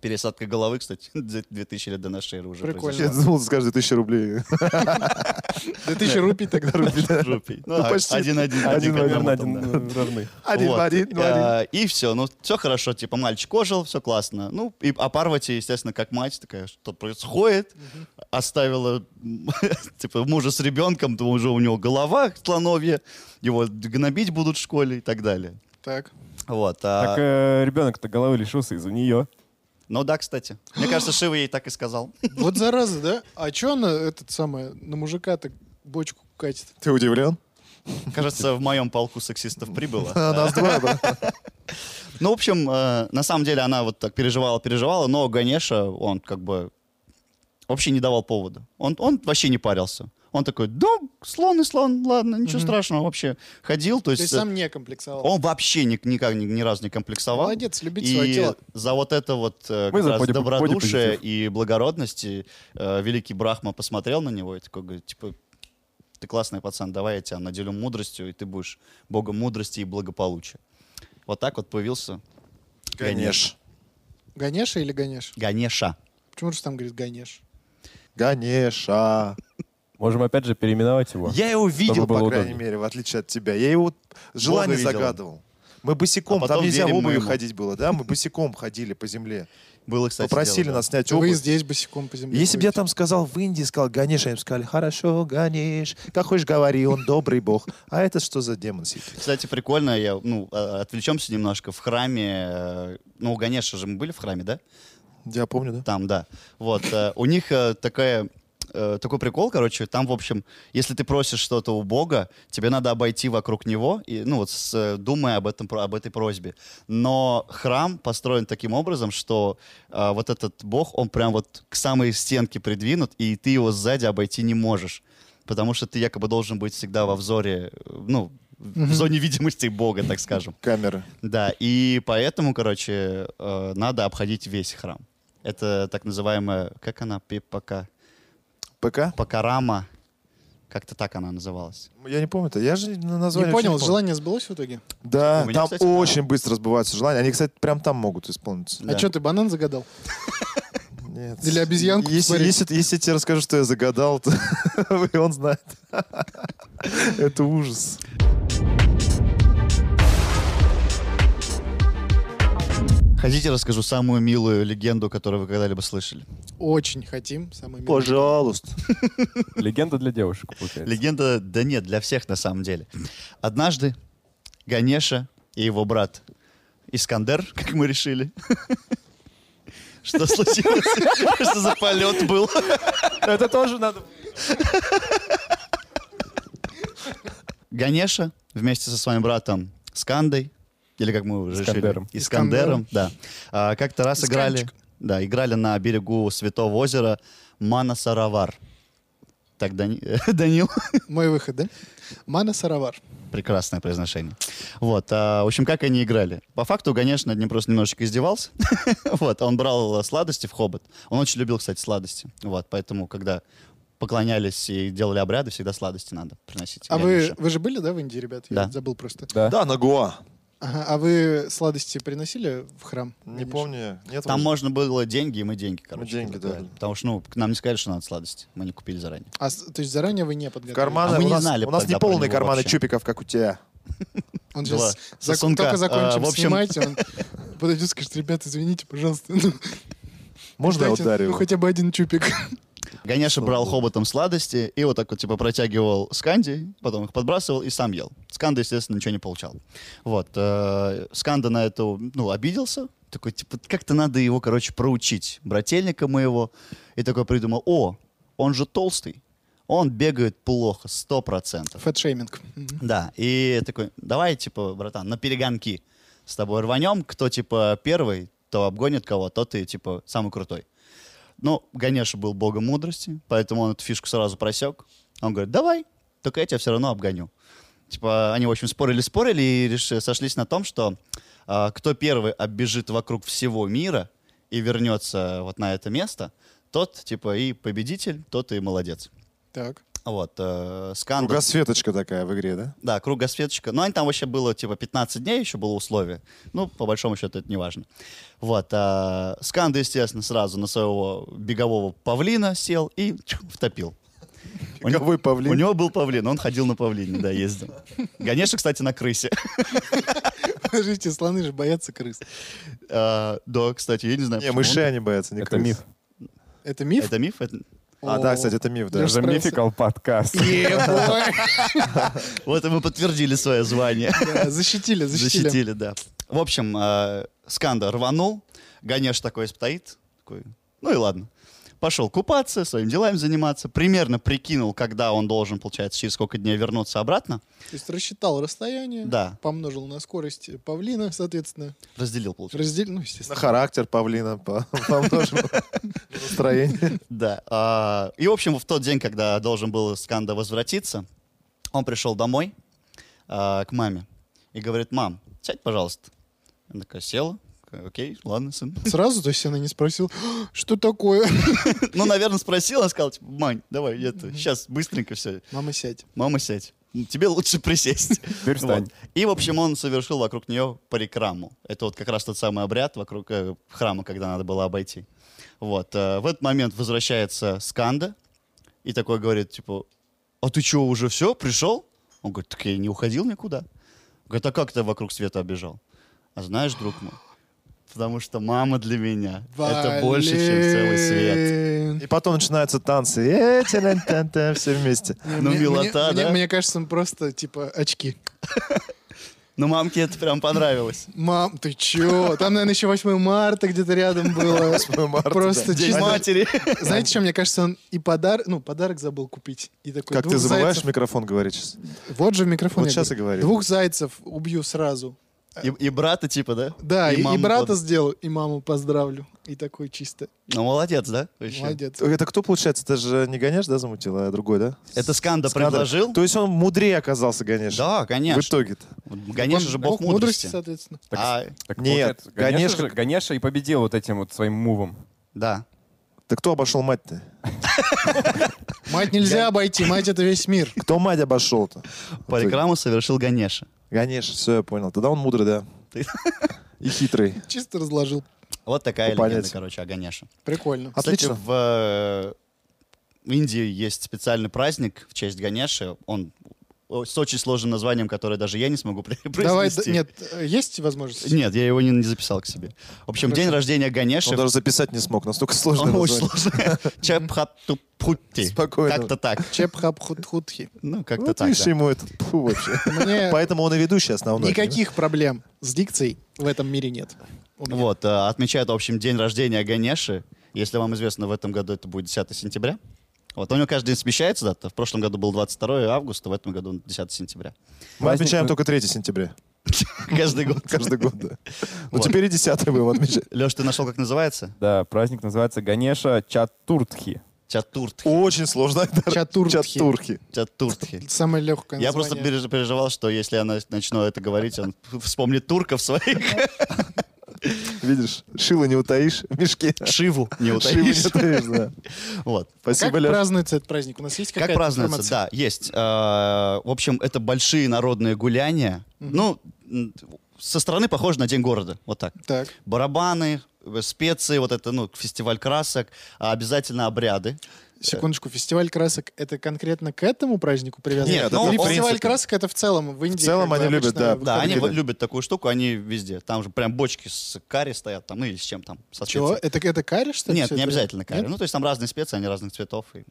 Speaker 2: Пересадка головы, кстати, 2000 лет до нашей эры уже
Speaker 4: Прикольно.
Speaker 1: Я
Speaker 2: произошла.
Speaker 1: думал, с каждой тысячи рублей.
Speaker 4: Да тысяча рупий тогда.
Speaker 2: Рупий. Ну,
Speaker 1: Ну,
Speaker 2: а-
Speaker 1: почти.
Speaker 2: Один-один.
Speaker 1: Один
Speaker 2: один
Speaker 1: в
Speaker 2: к
Speaker 1: один,
Speaker 2: одному
Speaker 3: Наверное,
Speaker 2: там,
Speaker 3: один
Speaker 2: да.
Speaker 3: э, равны.
Speaker 1: Один в
Speaker 2: Вот.
Speaker 1: один, в один.
Speaker 2: Э, И все, ну, все хорошо, типа, мальчик ожил, все классно. Ну, и, а Парвати, естественно, как мать, такая, что происходит, оставила, м, типа, мужа с ребенком, то уже у него голова слоновья, его гнобить будут в школе и так далее.
Speaker 4: Так.
Speaker 2: Вот. а-
Speaker 3: Так э, ребенок-то головы лишился из-за нее.
Speaker 2: Ну да, кстати. Мне кажется, Шива ей так и сказал.
Speaker 4: Вот зараза, да? А че она, этот самый, на мужика-то бочку катит?
Speaker 1: Ты удивлен?
Speaker 2: Кажется, в моем полку сексистов прибыло.
Speaker 1: Нас два, да.
Speaker 2: Ну, в общем, э, на самом деле она вот так переживала-переживала, но Ганеша, он как бы вообще не давал повода. Он, он вообще не парился. Он такой, да, слон и слон, ладно, ничего страшного вообще. Ходил, то
Speaker 4: То есть
Speaker 2: есть... э,
Speaker 4: сам не комплексовал.
Speaker 2: Он вообще ни- никак ни, ни разу не комплексовал.
Speaker 4: Молодец, любить
Speaker 2: и
Speaker 4: свое тело.
Speaker 2: за вот это вот э,
Speaker 3: Мы
Speaker 2: как
Speaker 3: за
Speaker 2: раз
Speaker 3: поди-
Speaker 2: добродушие
Speaker 3: бодипозитив.
Speaker 2: и благородность. и, э, великий Брахма посмотрел на него и такой говорит, типа, ты классный пацан, давай я тебя наделю мудростью, и ты будешь богом мудрости и благополучия. Вот так вот появился
Speaker 1: Конечно.
Speaker 4: Ганеша или Ганеш?
Speaker 2: Ганеша.
Speaker 4: Почему же там говорит Ганеш?
Speaker 1: Ганеша.
Speaker 3: Можем опять же переименовать его.
Speaker 1: Я его видел,
Speaker 3: типа. Чтобы было
Speaker 1: по крайней
Speaker 3: удобнее.
Speaker 1: мере, в отличие от тебя. Я его желание
Speaker 2: видел.
Speaker 1: загадывал. Мы босиком,
Speaker 2: А
Speaker 1: там
Speaker 2: потом
Speaker 1: нельзя в
Speaker 2: верим
Speaker 1: обуви
Speaker 2: ему.
Speaker 1: ходить было, да? Мы босиком ходили по земле.
Speaker 2: Было, кстати,
Speaker 1: Попросили
Speaker 2: дело, да.
Speaker 1: нас снять
Speaker 4: Вы
Speaker 1: обувь.
Speaker 4: здесь босиком по земле.
Speaker 1: Если бы я
Speaker 4: ходите.
Speaker 1: там сказал в Индии, сказал Ганеш, они бы сказали, хорошо, Ганеш, как хочешь говори, он добрый бог. А это что за демон сидит?
Speaker 2: Кстати, прикольно, я, ну, э, отвлечемся немножко. В храме, э, ну, у Ганеша же мы были в храме, да?
Speaker 1: Я помню, да?
Speaker 2: Там, да. Вот. э, У них э, такая э, такой прикол, короче, там, в общем, если ты просишь что-то у Бога, тебе надо обойти вокруг него, и, ну вот, с, э, думая об, этом, про- об этой просьбе. Но храм построен таким образом, что э, вот этот Бог, он прям вот к самой стенке придвинут, и ты его сзади обойти не можешь, потому что ты якобы должен быть всегда во взоре, э, ну, в зоне видимости Бога, так скажем.
Speaker 1: Камеры.
Speaker 2: Да, и поэтому, короче, э, надо обходить весь храм. Это так называемая, как она, Пи- пока,
Speaker 1: ПК?
Speaker 2: покарама, как-то так она называлась.
Speaker 1: Я не помню это. Я же на-
Speaker 4: Не
Speaker 1: название вообще
Speaker 4: понял, желание сбылось в итоге?
Speaker 1: Да,
Speaker 2: У меня,
Speaker 1: там
Speaker 2: кстати, да.
Speaker 1: очень быстро сбываются желания. Они, кстати, прям там могут исполниться.
Speaker 2: Да.
Speaker 4: А что, ты банан загадал?
Speaker 1: Нет.
Speaker 4: Или обезьянку
Speaker 1: Если,
Speaker 4: посмотреть.
Speaker 1: если, если я тебе расскажу, что я загадал, то и он знает. Это ужас.
Speaker 2: Хотите, расскажу самую милую легенду, которую вы когда-либо слышали?
Speaker 4: Очень хотим. Самый милый.
Speaker 1: Пожалуйста.
Speaker 3: Легенда для девушек, получается.
Speaker 2: Легенда, да нет, для всех на самом деле. Однажды Ганеша и его брат Искандер, как мы решили. Что случилось? Что за полет был?
Speaker 1: Это тоже надо.
Speaker 2: Ганеша вместе со своим братом Скандой, или как мы уже
Speaker 3: Искандером.
Speaker 2: решили, Искандером, да, а, как-то раз играли,
Speaker 4: Исканчик.
Speaker 2: да, играли на берегу Святого озера Манасаравар. Так, Дани- Данил,
Speaker 4: Мой выход, да? Мана Саравар.
Speaker 2: прекрасное произношение. Вот, а, в общем, как они играли. По факту, конечно, над ним просто немножечко издевался. Вот, он брал э, сладости в хобот. Он очень любил, кстати, сладости. Вот, поэтому, когда поклонялись и делали обряды, всегда сладости надо приносить.
Speaker 4: А вы,
Speaker 2: Ганеше.
Speaker 4: вы же были, да, в Индии, ребят? Я
Speaker 2: Да.
Speaker 4: забыл просто.
Speaker 3: Да.
Speaker 1: Да, на Гоа.
Speaker 4: Ага, а вы сладости приносили в храм?
Speaker 1: Не
Speaker 4: Конечно.
Speaker 1: помню. Нет,
Speaker 2: Там
Speaker 1: вроде.
Speaker 2: можно было деньги, и мы деньги, короче.
Speaker 1: деньги, да.
Speaker 2: покупали. Потому что, ну, к нам не сказали, что надо сладости. Мы не купили заранее.
Speaker 4: А, с- то есть заранее вы не
Speaker 1: В
Speaker 4: подготовили?
Speaker 1: карманы
Speaker 2: А мы
Speaker 1: у
Speaker 2: не
Speaker 1: нас,
Speaker 2: знали
Speaker 1: у нас
Speaker 2: тогда
Speaker 1: не
Speaker 2: про
Speaker 1: полные
Speaker 2: него
Speaker 1: карманы
Speaker 2: вообще.
Speaker 1: чупиков, как у тебя.
Speaker 4: А, Он
Speaker 2: Два
Speaker 4: сейчас зак-
Speaker 2: сосунка.
Speaker 4: только
Speaker 2: А,
Speaker 4: закончим
Speaker 2: в общем-
Speaker 4: снимать, он подойдет и скажет, ребят, извините, пожалуйста. ну,
Speaker 1: Можно я
Speaker 4: дайте,
Speaker 1: ударю?
Speaker 4: Ну,
Speaker 1: его?
Speaker 4: хотя бы один чупик.
Speaker 2: Ганеша брал хоботом сладости и вот так вот, типа, протягивал Сканди, потом их подбрасывал и сам ел. Сканда, естественно, ничего не получал. Вот. э, Сканда на это, ну, обиделся. Такой, типа, как-то надо его, короче, проучить. Брательника моего. И такой придумал, о, он же толстый. Он бегает плохо, сто процентов.
Speaker 4: Фэтшейминг. Мгм.
Speaker 2: Да, и такой, давай, типа, братан, на перегонки с тобой рванем, кто, типа, первый, то обгонит кого, тот и, типа, самый крутой. Но Ганеша был богом мудрости, поэтому он эту фишку сразу просек. Он говорит, давай, только я тебя все равно обгоню. Типа, они, в общем, спорили-спорили и реш- сошлись на том, что а, кто первый оббежит вокруг всего мира и вернется вот на это место, тот, типа, и победитель, тот и молодец.
Speaker 4: Так.
Speaker 2: Вот, э,
Speaker 1: У
Speaker 2: Скандал.
Speaker 1: Кругосветочка Ну, такая в игре, да?
Speaker 2: Да, кругосветочка. Но они там вообще было типа 15 дней, еще было условие. Ну, по большому счету, это не важно. Вот. а, Сканда, естественно, сразу на своего бегового павлина сел и чух, втопил. У него-
Speaker 1: Беговой павлин.
Speaker 2: У него был павлин, он ходил на павлине, да, ездил. Ганеша, кстати, на крысе.
Speaker 4: Подождите, слоны же боятся крыс.
Speaker 2: А, Да, кстати, я не знаю.
Speaker 1: Не,
Speaker 2: почему он-
Speaker 1: мышей они боятся, не
Speaker 3: Это
Speaker 1: крыс.
Speaker 3: миф.
Speaker 4: Это миф?
Speaker 2: Это миф? Это-
Speaker 1: А, да, кстати, это миф, да.
Speaker 4: Лёш,
Speaker 3: Это
Speaker 4: справился.
Speaker 3: мификал подкаст.
Speaker 4: Е-бой.
Speaker 2: Вот и мы подтвердили свое звание.
Speaker 4: Да, Э, Защитили, защитили.
Speaker 2: Защитили, да. В общем, э, Сканда рванул, Ганеш такой стоит, такой, ну и ладно. Пошел купаться, своими делами заниматься. Примерно прикинул, когда он должен, получается, через сколько дней вернуться обратно.
Speaker 4: То есть рассчитал расстояние,
Speaker 2: Да.
Speaker 4: помножил на скорость павлина, соответственно,
Speaker 2: Разделил, получается.
Speaker 4: разделил, ну,
Speaker 1: На
Speaker 4: естественно.
Speaker 1: характер павлина по- помножим. На Настроение.
Speaker 2: Да. а, и, в общем, в тот день, когда должен был Сканда возвратиться, он пришел домой а, к маме и говорит, мам, сядь, пожалуйста. Она такая села, такая, окей, ладно, сын.
Speaker 4: Сразу, то есть она не спросила, «А, что такое?
Speaker 2: Ну, наверное, спросила, сказала, типа, мань, давай, это, сейчас быстренько все,
Speaker 4: Мама, сядь.
Speaker 2: Мама, сядь. Тебе лучше присесть.
Speaker 3: Теперь встань.
Speaker 2: Вот. И, в общем, он совершил вокруг нее парикраму. Это вот как раз тот самый обряд вокруг э, храма, когда надо было обойти. Вот. э, в этот момент возвращается Сканда и такой говорит, типа, а ты что, уже все, пришел? Он говорит, так я и не уходил никуда. Говорит, а как ты вокруг света обежал? А знаешь, друг мой, потому что мама для меня это больше, чем целый свет.
Speaker 4: Блин.
Speaker 1: И потом начинаются танцы. Э, тя-ля-тя-тя, Все вместе.
Speaker 4: Не,
Speaker 2: Ну,
Speaker 4: мне-
Speaker 2: милота,
Speaker 4: мне-
Speaker 2: да?
Speaker 4: Мне, мне кажется, он просто, типа, очки.
Speaker 2: Но Ну, мамке это прям понравилось.
Speaker 4: Мам, ты чё? Там, наверное, еще 8 марта где-то рядом было.
Speaker 1: 8 марта,
Speaker 4: Просто
Speaker 1: да.
Speaker 2: День
Speaker 4: чисто-
Speaker 2: матери.
Speaker 4: Знаете, что, мне кажется, он и подарок, ну, подарок забыл купить. И такой,
Speaker 1: Как ты
Speaker 4: «Двух
Speaker 1: забываешь в
Speaker 4: зайцев-
Speaker 1: микрофон говорить сейчас?
Speaker 4: Вот же в микрофон.
Speaker 1: Вот
Speaker 4: я
Speaker 1: щас и говорю.
Speaker 4: Двух зайцев убью сразу.
Speaker 2: И, и брата типа, да?
Speaker 4: Да, и, и
Speaker 2: маму
Speaker 4: брата
Speaker 2: под-
Speaker 4: сделаю, и маму поздравлю. И такой чисто.
Speaker 2: Ну, молодец, да? Вообще.
Speaker 4: Молодец.
Speaker 1: Это кто, получается? Это же не Ганеш, да, замутил, а другой, да?
Speaker 2: Это Сканда
Speaker 1: Скандер.
Speaker 2: А предложил?
Speaker 1: То есть он мудрее оказался, Ганеш?
Speaker 2: Да,
Speaker 1: В
Speaker 2: конечно.
Speaker 1: итоге-то.
Speaker 2: Конечно же, бог мудрости.
Speaker 4: соответственно.
Speaker 3: Так,
Speaker 2: А,
Speaker 3: так
Speaker 1: нет,
Speaker 3: получается,
Speaker 1: Ганеша-
Speaker 3: Ганеша, же- Ганеша и победил вот этим вот своим мувом.
Speaker 2: да.
Speaker 1: Так кто обошел мать-то?
Speaker 4: Мать нельзя обойти, мать это весь мир.
Speaker 1: Кто мать обошел-то?
Speaker 2: Парикраму совершил Ганеша.
Speaker 1: Ганеш, все, я понял. Тогда он мудрый, да.
Speaker 2: Ты-
Speaker 1: И хитрый.
Speaker 4: Чисто разложил.
Speaker 2: Вот такая
Speaker 1: Ну,
Speaker 2: легенда,
Speaker 1: понятно.
Speaker 2: короче, о Ганеше.
Speaker 4: Прикольно.
Speaker 1: Отлично.
Speaker 2: Кстати, в э, Индии есть специальный праздник в честь Ганеши. Он о, с очень сложным названием, которое даже я не смогу при-
Speaker 4: Давай,
Speaker 2: произнести.
Speaker 4: д- нет, э, есть возможность?
Speaker 2: Нет, я его не, не записал к себе. В общем,
Speaker 4: Хорошо.
Speaker 2: день рождения Ганеши.
Speaker 1: Он даже записать не смог, настолько сложно.
Speaker 2: Он очень сложно. Чепхатупутти.
Speaker 1: Спокойно.
Speaker 2: Как-то так.
Speaker 4: Чепхабхутхутхи.
Speaker 2: Ну, как-то
Speaker 1: Вот
Speaker 2: так,
Speaker 1: видишь,
Speaker 2: да.
Speaker 1: ему это тьфу вообще.
Speaker 4: Мне
Speaker 1: Поэтому он и ведущий основной.
Speaker 4: никаких проблем с дикцией в этом мире нет. У меня.
Speaker 2: Вот, э, отмечают, в общем, день рождения Ганеши. Если вам известно, в этом году это будет 10 сентября. Вот, у него каждый день смещается дата. В прошлом году был 22 августа, в этом году 10 сентября.
Speaker 1: понимаешь? Мы
Speaker 3: Праздник-
Speaker 1: отмечаем только 3 сентября.
Speaker 2: Каждый год.
Speaker 1: Каждый год, да. Ну
Speaker 2: Вот.
Speaker 1: теперь и 10 будем отмечать.
Speaker 2: Леш, ты нашел, как называется?
Speaker 3: Да, праздник называется Ганеша Чатуртхи.
Speaker 2: Чатуртхи.
Speaker 1: Очень сложно. Айдар.
Speaker 4: Чатуртхи.
Speaker 1: Чатурхи.
Speaker 2: Чатуртхи.
Speaker 4: Самое легкое
Speaker 2: Я просто
Speaker 4: название.
Speaker 2: переж- переживал, что если я на- начну это говорить, он вспомнит турков своих.
Speaker 1: Видишь, шило не утаишь в мешке.
Speaker 2: Шиву не
Speaker 1: Шило не
Speaker 2: утаишь.
Speaker 1: утаишь, да.
Speaker 2: Вот.
Speaker 1: Спасибо,
Speaker 4: Как
Speaker 1: Леш.
Speaker 4: празднуется этот праздник? У нас есть
Speaker 2: Как
Speaker 4: какая-то
Speaker 2: празднуется?
Speaker 4: информация?
Speaker 2: Да, есть. Э, В общем, это большие народные гуляния. Ну, м, со стороны похоже на День города. Вот так.
Speaker 4: Так.
Speaker 2: Барабаны, э, специи, вот это, ну, фестиваль красок, а обязательно обряды.
Speaker 4: Секундочку, фестиваль красок это конкретно к этому празднику привязано?
Speaker 1: Нет,
Speaker 2: это
Speaker 4: Или
Speaker 2: в
Speaker 4: фестиваль
Speaker 1: принципе.
Speaker 4: красок это в целом в Индии.
Speaker 1: целом
Speaker 4: как бы,
Speaker 1: они любят,
Speaker 4: обычно
Speaker 1: да.
Speaker 4: выходит.
Speaker 2: Да, они
Speaker 1: Выходили.
Speaker 2: вот любят такую штуку, они везде. Там же прям бочки с карри стоят, там, ну, или с чем там, со
Speaker 4: Чего?
Speaker 2: специями.
Speaker 4: Это, это карри, что ли?
Speaker 2: Нет,
Speaker 4: всё
Speaker 2: не
Speaker 4: это?
Speaker 2: обязательно карри.
Speaker 4: Нет?
Speaker 2: Ну, то есть там разные специи, они разных цветов. и
Speaker 4: А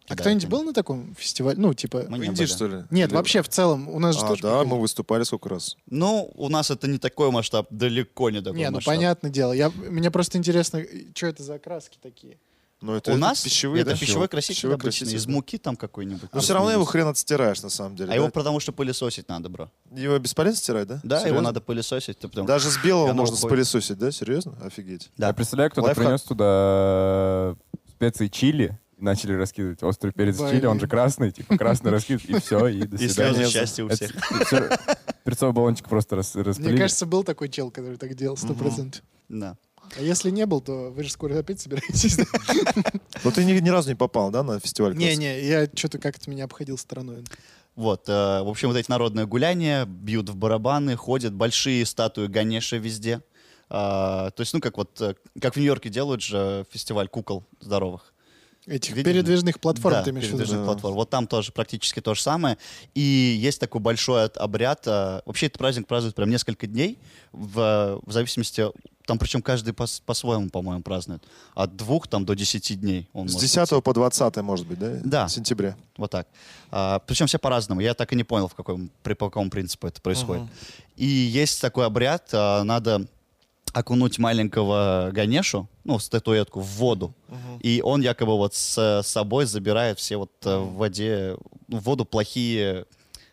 Speaker 2: кидают
Speaker 4: кто-нибудь
Speaker 2: им.
Speaker 4: был на таком фестивале? Ну, типа...
Speaker 2: Мы
Speaker 1: В
Speaker 2: не
Speaker 1: Индии,
Speaker 2: были.
Speaker 1: что ли?
Speaker 4: Нет,
Speaker 1: Или-
Speaker 4: вообще в целом. У нас же
Speaker 1: А,
Speaker 4: тоже...
Speaker 1: да,
Speaker 4: какой-то-
Speaker 1: мы выступали сколько раз.
Speaker 2: Ну, у нас это не такой масштаб, далеко не такой
Speaker 4: Не, ну
Speaker 2: масштаб.
Speaker 4: понятное дело. Я, мне просто интересно, что это за краски такие?
Speaker 1: Но это
Speaker 2: У нас
Speaker 1: пищевые,
Speaker 2: это
Speaker 1: да?
Speaker 2: пищевой краситель
Speaker 1: Пищевой
Speaker 2: обычно,
Speaker 1: краситель,
Speaker 2: из
Speaker 1: да.
Speaker 2: муки там какой-нибудь.
Speaker 1: Но все равно его хрен отстираешь, на самом деле.
Speaker 2: А его
Speaker 1: да?
Speaker 2: потому что пылесосить надо, бро.
Speaker 1: Его бесполезно стирать, да?
Speaker 2: Да, его
Speaker 1: Серьезно?
Speaker 2: надо пылесосить. ты потому-
Speaker 1: Даже с белого
Speaker 2: И оно
Speaker 1: можно
Speaker 2: уходит.
Speaker 1: спылесосить, да? Серьезно? Офигеть.
Speaker 2: Да.
Speaker 3: Я представляю, кто-то
Speaker 1: Лайфхак.
Speaker 3: принес туда специи чили, и начали раскидывать острый перец
Speaker 4: Блин.
Speaker 3: чили, он же красный, типа красный раскидывает, и все, и до
Speaker 2: И слезы
Speaker 3: свидания.
Speaker 2: счастья у
Speaker 3: Это-
Speaker 2: всех.
Speaker 3: всё- Перцовый баллончик просто рас-
Speaker 4: Мне
Speaker 3: распылили.
Speaker 4: кажется, был такой чел, который так делал, сто процентов.
Speaker 2: Да.
Speaker 4: А если не был, то вы же скоро опять собираетесь. да?
Speaker 1: Но ты ни, ни разу не попал, да, на фестиваль? красок?
Speaker 4: Не-не, я что-то как-то меня обходил стороной.
Speaker 2: Вот, э, в общем, вот эти народные гуляния, бьют в барабаны, ходят большие статуи Ганеша везде. А, то есть, ну, как вот, э, как в Нью-Йорке делают же фестиваль кукол здоровых.
Speaker 4: Этих
Speaker 2: Видишь,
Speaker 4: передвижных платформ
Speaker 2: да,
Speaker 4: ты имеешь в виду?
Speaker 2: передвижных
Speaker 1: да.
Speaker 2: платформ. Вот там тоже практически то же самое. И есть такой большой от- обряд. э, Вообще этот праздник празднует прям несколько дней, в, в зависимости, там причем каждый пос- по-своему, по-моему, празднует. От двух там до десяти дней. Он
Speaker 1: С
Speaker 2: может быть.
Speaker 1: 10 по 20, может быть, да?
Speaker 2: Да.
Speaker 1: Сентября.
Speaker 2: Вот так. А, причем все по-разному. Я так и не понял, в каком, при по какому принципу это происходит. И есть такой обряд, а, надо окунуть маленького Ганешу, ну, статуэтку, в воду. И он якобы вот с собой забирает все вот э, в воде, ну, в воду плохие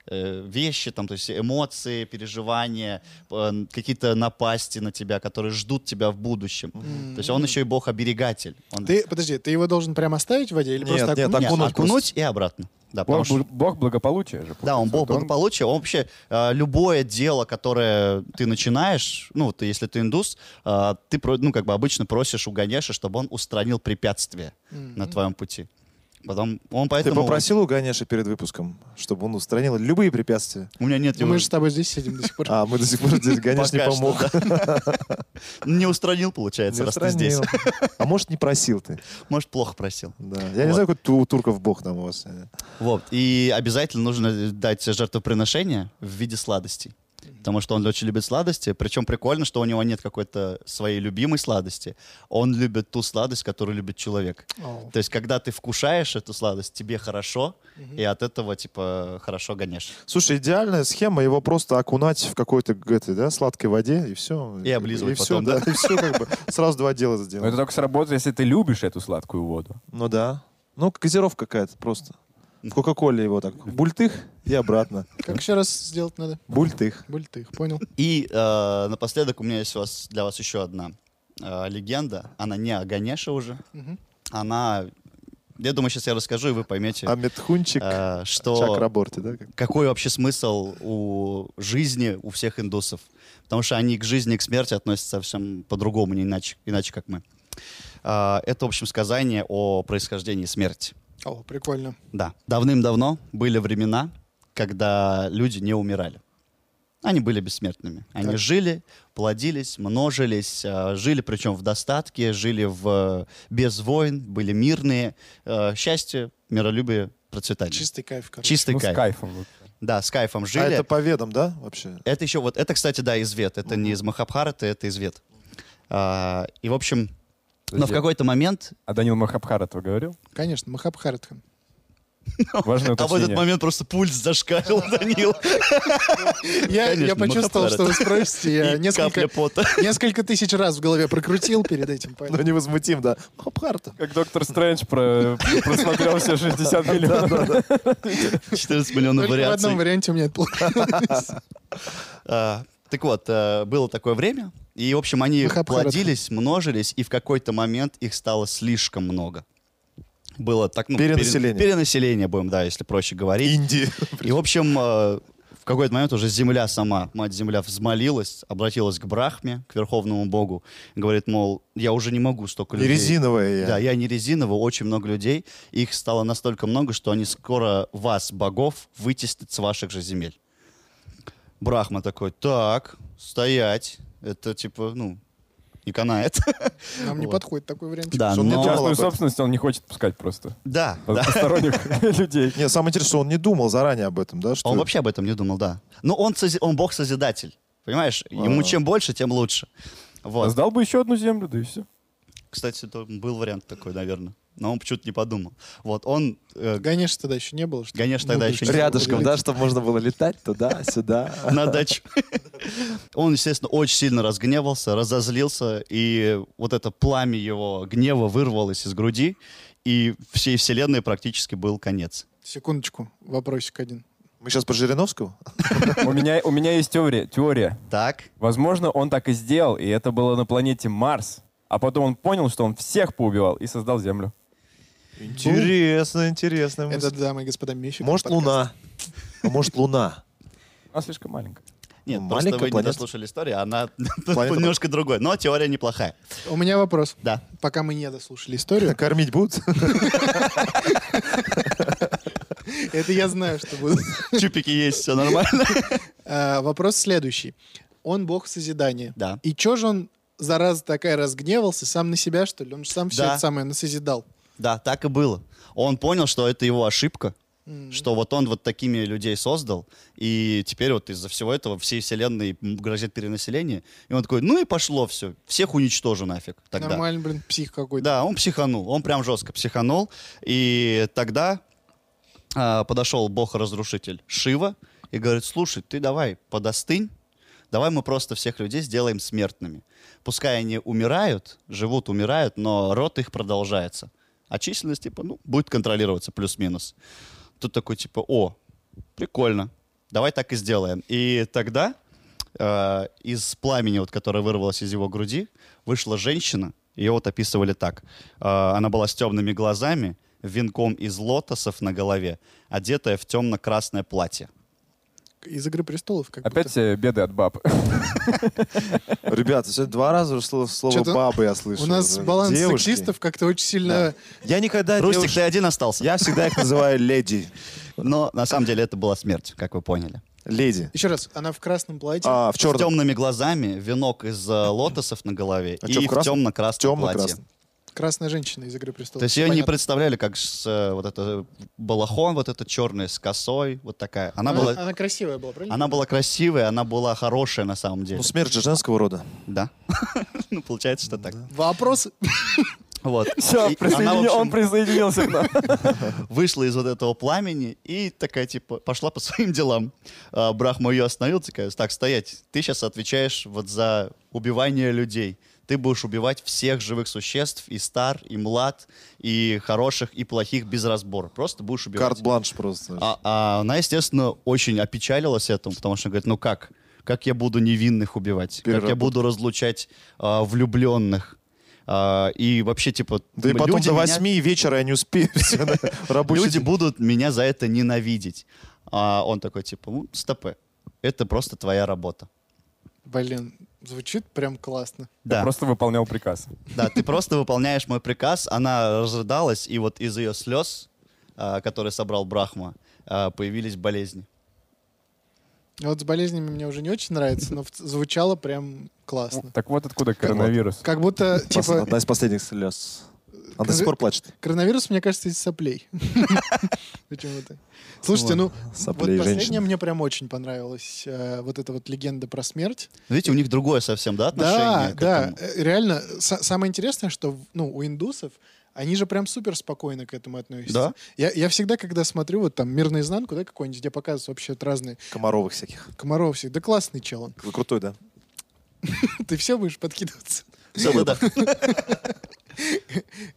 Speaker 2: э, вещи, там, то есть эмоции, переживания, э, какие-то напасти на тебя, которые ждут тебя в будущем. То есть он еще и бог-оберегатель. Он-
Speaker 4: Ты, подожди, ты его должен прям оставить в воде или
Speaker 1: Нет,
Speaker 4: просто Ну,
Speaker 1: нет,
Speaker 4: окунуть?
Speaker 2: Нет,
Speaker 1: окунуть
Speaker 2: окунуть,
Speaker 1: просто.
Speaker 2: и обратно. Да, потому
Speaker 3: Бог,
Speaker 2: что-
Speaker 3: бл- бог благополучия же.
Speaker 2: да, он
Speaker 3: получается.
Speaker 2: бог
Speaker 3: Вот
Speaker 2: благополучия. Он вообще э, любое дело, которое ты начинаешь, ну, ты, если ты индус, э, ты, про- ну, как бы обычно просишь у Ганеша, чтобы он устранил препятствия на твоем пути. Потом он поэтому...
Speaker 1: Ты попросил у Ганеша перед выпуском, чтобы он устранил любые препятствия?
Speaker 2: У меня нет
Speaker 4: Ну,
Speaker 2: его...
Speaker 4: Мы же с тобой здесь сидим до сих пор.
Speaker 1: А, мы до сих пор здесь, Ганеш не
Speaker 2: Пока что,
Speaker 1: помог.
Speaker 2: Не устранил, получается,
Speaker 1: Не
Speaker 2: раз ты здесь.
Speaker 1: устранил. А может, не просил ты?
Speaker 2: Может, плохо просил.
Speaker 1: Да. Я не
Speaker 2: Вот.
Speaker 1: знаю, какой ту- у турков бог там у вас. э.
Speaker 2: Вот. И обязательно нужно дать жертвоприношение в виде сладостей. Потому что он очень любит сладости. Причем прикольно, что у него нет какой-то своей любимой сладости. Он любит ту сладость, которую любит человек.
Speaker 4: О.
Speaker 2: То есть, когда ты вкушаешь эту сладость, тебе хорошо, и от этого, типа, хорошо гонишь.
Speaker 1: Слушай, идеальная схема его просто окунать в какой-то г- этой, да, сладкой воде, и все.
Speaker 2: И облизывать
Speaker 1: и всё,
Speaker 2: потом, да?
Speaker 1: И все как бы. Сразу два дела
Speaker 3: Но это
Speaker 1: сделать.
Speaker 3: только сработает, если ты любишь эту сладкую воду.
Speaker 1: Ну да. Ну, газировка какая-то просто. В Кока-Коле его так. Бультых и обратно.
Speaker 4: Как еще раз сделать надо?
Speaker 1: Бультых.
Speaker 4: Бультых, понял.
Speaker 2: И э, напоследок у меня есть у вас, для вас еще одна э, легенда. Она не о Ганеше уже.
Speaker 4: Мгм.
Speaker 2: Она... Я думаю, сейчас я расскажу, и вы поймете,
Speaker 1: А медхунчик.
Speaker 2: э, что...
Speaker 1: Чакраборти, да? как? А
Speaker 2: какой вообще смысл у жизни у всех индусов? Потому что они к жизни и к смерти относятся совсем по-другому, не иначе, иначе как мы. А, Это, в общем, сказание о происхождении смерти.
Speaker 4: О, прикольно.
Speaker 2: Да. Давным-давно были времена, когда люди не умирали. Они были бессмертными. Они
Speaker 4: Так.
Speaker 2: жили, плодились, множились, э, жили причем в достатке, жили в, э, без войн, были мирные. Э, Счастье, миролюбие процветание.
Speaker 4: Чистый кайф, короче.
Speaker 2: Чистый
Speaker 3: ну,
Speaker 2: кайф.
Speaker 3: с кайфом. вот.
Speaker 2: Да, с кайфом жили.
Speaker 1: А это по ведам, да, вообще?
Speaker 2: Это еще вот, это, кстати, да, из Вет. Это не из Махабхарата, это из Вет. А, и, в общем, но в
Speaker 3: Подожди.
Speaker 2: какой-то момент...
Speaker 3: А Данил Махабхаратова говорил?
Speaker 4: Конечно, Махабхаратхан. Ну,
Speaker 3: Важное
Speaker 2: А в этот
Speaker 3: уточнение.
Speaker 2: момент просто пульс зашкалил, Данил.
Speaker 4: Я, я
Speaker 2: Конечно,
Speaker 4: почувствовал, что вы спросите. Я
Speaker 2: И капля
Speaker 4: несколько,
Speaker 2: пота.
Speaker 4: несколько тысяч раз в голове прокрутил перед этим.
Speaker 1: Ну,
Speaker 4: поэтому-
Speaker 1: невозмутим, да. Махабхарата.
Speaker 3: Как Доктор Стрэндж про- просмотрел все 60 миллионов.
Speaker 2: 14 миллионов
Speaker 4: Только в
Speaker 2: вариаций.
Speaker 4: одном варианте у меня это получилось.
Speaker 2: А, Так вот, э, было такое время, и, в общем, они
Speaker 4: Махабхарата.
Speaker 2: плодились, множились, и в какой-то момент их стало слишком много. Было так, ну,
Speaker 1: Перенаселение.
Speaker 2: пере- перенаселение, будем, да, если проще говорить.
Speaker 1: Индии.
Speaker 2: И, в общем, э, в какой-то момент уже земля сама, мать-земля, взмолилась, обратилась к Брахме, к верховному богу, говорит, мол, я уже не могу столько
Speaker 1: И
Speaker 2: людей.
Speaker 1: резиновая я.
Speaker 2: Да, я не резиновый, очень много людей. Их стало настолько много, что они скоро вас, богов, вытеснят с ваших же земель. Брахма такой, так, стоять. Это типа, ну, не канает.
Speaker 4: Нам не
Speaker 2: Вот.
Speaker 4: подходит такой вариант.
Speaker 2: Да,
Speaker 1: Что он не
Speaker 2: но-
Speaker 1: думал об
Speaker 3: Частную
Speaker 1: этом?
Speaker 3: собственность он не хочет пускать просто.
Speaker 2: Да, да.
Speaker 3: Посторонних людей.
Speaker 1: Не, самое интересное, что он не думал заранее об этом, да? Что...
Speaker 2: Он вообще об этом не думал, да. Но он, сози- он бог-созидатель, понимаешь? Ему
Speaker 1: А.
Speaker 2: чем больше, тем лучше. Вот.
Speaker 3: Сдал бы еще одну землю, да и все.
Speaker 2: Кстати, то был вариант такой, наверное. Но он почему-то не подумал. Вот, он... э,
Speaker 4: Конечно, тогда еще не было. что-
Speaker 2: Ганеш
Speaker 4: ну,
Speaker 2: тогда
Speaker 4: ты
Speaker 2: еще не
Speaker 4: что,
Speaker 1: Рядышком,
Speaker 4: говорить?
Speaker 1: да, чтобы можно было летать туда, сюда.
Speaker 2: на дачу. Он, естественно, очень сильно разгневался, разозлился, и вот это пламя его гнева вырвалось из груди, и всей вселенной практически был конец.
Speaker 4: Секундочку, вопросик один.
Speaker 1: Мы сейчас про Жириновского?
Speaker 3: У меня, у меня есть теория, теория.
Speaker 2: Так,
Speaker 3: Возможно, он так и сделал, и это было на планете Марс. А потом он понял, что он всех поубивал и создал Землю.
Speaker 1: Интересно, интересно.
Speaker 4: Это, типа дамы и господа, мифик.
Speaker 1: Может, Луна. А Может, Луна.
Speaker 3: Она слишком маленькая.
Speaker 2: нет,
Speaker 1: Ну,
Speaker 2: просто
Speaker 1: маленькая
Speaker 2: вы не
Speaker 1: планета.
Speaker 2: дослушали историю, она
Speaker 1: Планета-
Speaker 2: немножко другой, но теория неплохая.
Speaker 4: У меня вопрос.
Speaker 2: Да.
Speaker 4: Пока мы не дослушали историю,
Speaker 1: Кормить будут?
Speaker 4: это я знаю, что будет.
Speaker 2: Чупики есть, все нормально.
Speaker 4: А, Вопрос следующий. Он бог созидания.
Speaker 2: Да.
Speaker 4: И чё же он, зараза такая, разгневался сам на себя, что ли? Он же сам все
Speaker 2: Да.
Speaker 4: это самое насозидал.
Speaker 2: Да, так и было. Он понял, что это его ошибка, что вот он вот такими людей создал, и теперь вот из-за всего этого всей вселенной м, грозит перенаселение. И он такой, ну и пошло все, всех уничтожу нафиг тогда.
Speaker 4: Нормально, блин, псих какой-то.
Speaker 2: Да, он психанул, он прям жестко психанул. И тогда а, подошел бог-разрушитель Шива и говорит, слушай, ты давай подостынь, давай мы просто всех людей сделаем смертными. Пускай они умирают, живут, умирают, но род их продолжается. А численность, типа, ну, будет контролироваться плюс-минус. Тут такой, типа, о, прикольно, давай так и сделаем. И тогда э, из пламени, вот, которое вырвалось из его груди, вышла женщина. Ее вот описывали так. Э, она была с темными глазами, венком из лотосов на голове, одетая в темно-красное платье.
Speaker 4: Из «Игры престолов» как
Speaker 3: Опять
Speaker 4: будто.
Speaker 3: э, беды от баб.
Speaker 1: Ребята, сегодня два раза уже слово, слово
Speaker 4: Чё-то
Speaker 1: бабы я слышу.
Speaker 4: У нас
Speaker 1: Уже.
Speaker 4: баланс
Speaker 1: Девушки.
Speaker 4: сексистов как-то очень сильно...
Speaker 1: Я никогда
Speaker 2: Рустик,
Speaker 1: девушек-
Speaker 2: ты один остался.
Speaker 1: Я всегда их называю леди.
Speaker 2: Но на самом деле это была смерть, как вы поняли.
Speaker 1: Леди.
Speaker 4: Еще раз, она в красном платье.
Speaker 1: А, в
Speaker 2: С
Speaker 1: черном.
Speaker 2: темными глазами, венок из э, лотосов на голове
Speaker 1: А
Speaker 2: и
Speaker 1: чё, в
Speaker 2: в
Speaker 1: красном?
Speaker 2: темно-красном платье.
Speaker 1: Темно-красным.
Speaker 4: Красная женщина из «Игры престолов».
Speaker 2: То есть ее не
Speaker 4: Понятно.
Speaker 2: представляли как с, э, вот это балахон, вот это черный с косой, вот такая.
Speaker 1: А,
Speaker 2: Она,
Speaker 4: Она,
Speaker 2: была,
Speaker 4: она красивая была, правильно?
Speaker 2: она была красивая, она была хорошая на самом деле.
Speaker 1: Ну, смерть же женского рода.
Speaker 2: Да. ну, получается, что так.
Speaker 4: Вопрос.
Speaker 2: Вот.
Speaker 3: Все,
Speaker 2: И она, в
Speaker 3: он
Speaker 2: общем,
Speaker 3: присоединился к нам.
Speaker 2: вышла из вот этого пламени и такая, типа, пошла по своим делам. А, Брахма ее остановил, такая, так, стоять, ты сейчас отвечаешь вот за убивание людей. Ты будешь убивать всех живых существ, и стар, и млад, и хороших, и плохих без разбора. Просто будешь убивать.
Speaker 1: Карт-бланш просто.
Speaker 2: А, а она, естественно, очень опечалилась этому, потому что говорит, ну как? Как я буду невинных убивать? Как я
Speaker 1: Переработка.
Speaker 2: буду разлучать а, влюбленных? А, и вообще, типа...
Speaker 1: да и потом
Speaker 2: люди
Speaker 1: до
Speaker 2: меня-
Speaker 1: восьми вечера я не успею. Всё, на рабочий
Speaker 2: люди
Speaker 1: день.
Speaker 2: будут меня за это ненавидеть. А он такой, типа, ну, стопэ, это просто твоя работа.
Speaker 4: Блин, звучит прям классно.
Speaker 2: Да,
Speaker 3: Просто выполнял приказ.
Speaker 2: да, ты просто выполняешь мой приказ. Она разрыдалась, и вот из ее слез, а, которые собрал Брахма, а, появились болезни.
Speaker 4: Вот с болезнями мне уже не очень нравится, но в- звучало прям классно.
Speaker 3: Так вот откуда коронавирус.
Speaker 4: Как будто,
Speaker 1: Пос-
Speaker 4: типа,
Speaker 1: Одна из последних слез. Он до сих
Speaker 4: Скажи-
Speaker 1: пор плачет.
Speaker 4: Коронавирус, мне кажется, из соплей. Почему-то. Слушайте, ну, вот
Speaker 1: Соплей
Speaker 4: последнее
Speaker 1: женщин.
Speaker 4: мне прям очень понравилось. э, Вот эта вот легенда про смерть.
Speaker 2: Видите, у них другое совсем, да,
Speaker 4: Да,
Speaker 2: отношение к
Speaker 4: да,
Speaker 2: этому?
Speaker 4: э, реально. са- Самое интересное, что в- ну, у индусов они же прям супер спокойно к этому относятся.
Speaker 2: Да?
Speaker 4: Я, я всегда, когда смотрю вот там «Мир наизнанку», да, какой-нибудь, где показывают вообще вот разные
Speaker 1: Комаровых всяких.
Speaker 4: комаров всех, да классный чел он.
Speaker 1: Вы крутой, да?
Speaker 4: Ты все будешь подкидываться.
Speaker 2: Всё, да-да.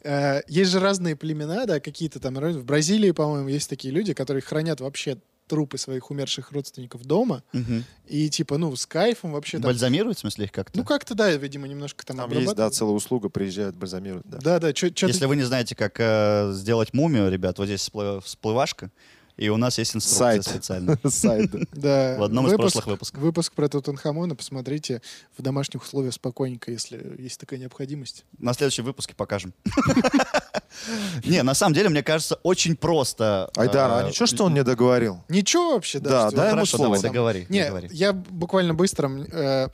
Speaker 4: Э, Есть же разные племена, да, какие-то там. В Бразилии, по-моему, есть такие люди, которые хранят вообще трупы своих умерших родственников дома.
Speaker 2: Мгм.
Speaker 4: И типа, ну, с кайфом вообще там.
Speaker 2: Бальзамирует, в смысле, их как-то?
Speaker 4: Ну, как-то, да, видимо, немножко там,
Speaker 1: Там есть, да,
Speaker 4: обрабатывают.
Speaker 1: целая услуга, приезжают, бальзамируют, да.
Speaker 4: Да, да, что-то...
Speaker 2: Если вы не знаете, как э, сделать мумию, ребят, вот здесь всплы- всплывашка, и у нас есть
Speaker 1: Сайт.
Speaker 2: инструкция специально.
Speaker 1: Сайт, да.
Speaker 4: Да,
Speaker 2: В одном из прошлых выпусков.
Speaker 4: Выпуск про Тутанхамона посмотрите в домашних условиях спокойненько, если есть такая необходимость.
Speaker 2: На следующем выпуске покажем. Не, на самом деле, мне кажется, очень просто. э,
Speaker 1: Айдар, а ничего, что он не договорил?
Speaker 4: Ничего вообще, да.
Speaker 1: Да, да,
Speaker 4: что- Вот
Speaker 1: ему
Speaker 2: Хорошо,
Speaker 1: слово.
Speaker 2: давай, договори.
Speaker 4: Не,
Speaker 2: договори.
Speaker 4: я буквально быстро. м, э,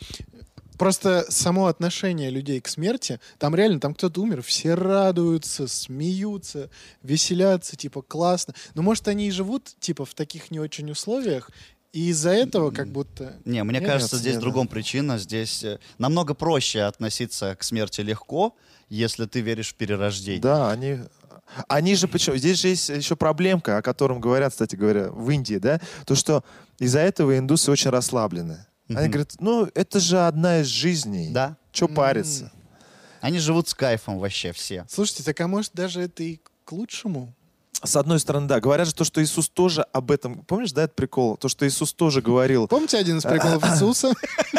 Speaker 4: просто само отношение людей к смерти, там реально, там кто-то умер, все радуются, смеются, веселятся, типа классно. Но может они и живут типа в таких не очень условиях, и из-за этого как будто...
Speaker 2: Не, мне
Speaker 4: Нет,
Speaker 2: кажется,
Speaker 1: нет,
Speaker 2: здесь
Speaker 1: нет,
Speaker 2: в другом причина. Здесь э, намного проще относиться к смерти легко, если ты веришь в перерождение.
Speaker 1: Да, они... Они же почему? Здесь же есть еще проблемка, о котором говорят, кстати говоря, в Индии, да, то, что из-за этого индусы очень расслаблены. Они
Speaker 2: Мгм.
Speaker 1: говорят, ну, это же одна из жизней.
Speaker 2: Да.
Speaker 1: Че
Speaker 4: М.
Speaker 1: париться?
Speaker 2: Они живут с кайфом вообще все.
Speaker 4: Слушайте, так а может даже это и к лучшему?
Speaker 1: С одной стороны, да. Говорят же то, что Иисус тоже об этом... Помнишь, да, этот прикол? То, что Иисус тоже говорил...
Speaker 4: Помните один из
Speaker 2: А.
Speaker 4: приколов Иисуса?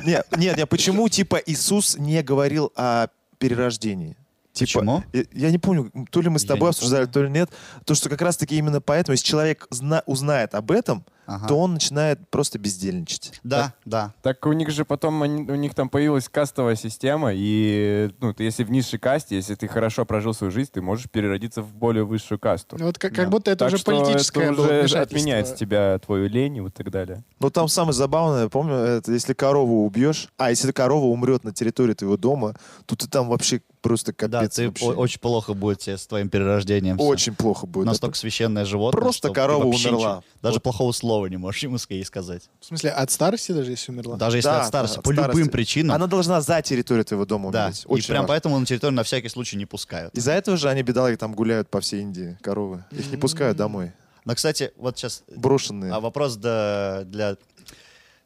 Speaker 1: Нет, нет, нет, почему, типа, Иисус не говорил о перерождении? Типа,
Speaker 2: Почему?
Speaker 1: Я, я не помню, то ли мы с
Speaker 2: Я
Speaker 1: тобой
Speaker 2: не
Speaker 1: обсуждали, то ли нет. То, что как раз-таки именно поэтому, если человек зна- узнает об этом,
Speaker 2: Ага.
Speaker 1: то он начинает просто бездельничать.
Speaker 2: Да, да.
Speaker 3: Так у них же потом, они- у них там появилась кастовая система, и ну, ты, если в низшей касте, если ты хорошо прожил свою жизнь, ты можешь переродиться в более высшую касту.
Speaker 4: Вот как, как
Speaker 2: Да.
Speaker 4: будто Ну, это
Speaker 3: Так
Speaker 4: уже
Speaker 3: что
Speaker 4: политическое
Speaker 3: это
Speaker 4: было
Speaker 3: уже типа.
Speaker 4: вмешательство.
Speaker 3: отменяет с тебя твою лень и вот так далее.
Speaker 1: Но там самое забавное, помню, это если корову убьешь, а если корова умрет на территории твоего дома, то ты там вообще просто
Speaker 2: Да,
Speaker 1: капец
Speaker 2: ты
Speaker 1: вообще.
Speaker 2: о- очень плохо будет тебе с твоим перерождением. всё.
Speaker 1: Очень плохо будет.
Speaker 2: Настолько священное животное.
Speaker 1: Просто
Speaker 2: что ты
Speaker 1: корова
Speaker 2: вообще
Speaker 1: умерла.
Speaker 2: ничего- Даже
Speaker 1: Вот.
Speaker 2: плохого слова не можешь ему ей сказать.
Speaker 4: В смысле, от старости даже если умерла?
Speaker 2: Даже если
Speaker 1: Да,
Speaker 2: от старости.
Speaker 1: да, от
Speaker 2: по любым
Speaker 1: старости.
Speaker 2: причинам.
Speaker 1: Она должна за территорию твоего дома
Speaker 2: Да.
Speaker 1: умереть.
Speaker 2: И
Speaker 1: Очень
Speaker 2: прям
Speaker 1: важно.
Speaker 2: поэтому на территорию на всякий случай не пускают.
Speaker 1: Из-за этого же они, бедолаги, там гуляют по всей Индии, коровы. Их не пускают домой.
Speaker 2: Но, кстати, вот сейчас
Speaker 1: Брошенные.
Speaker 2: а вопрос да- для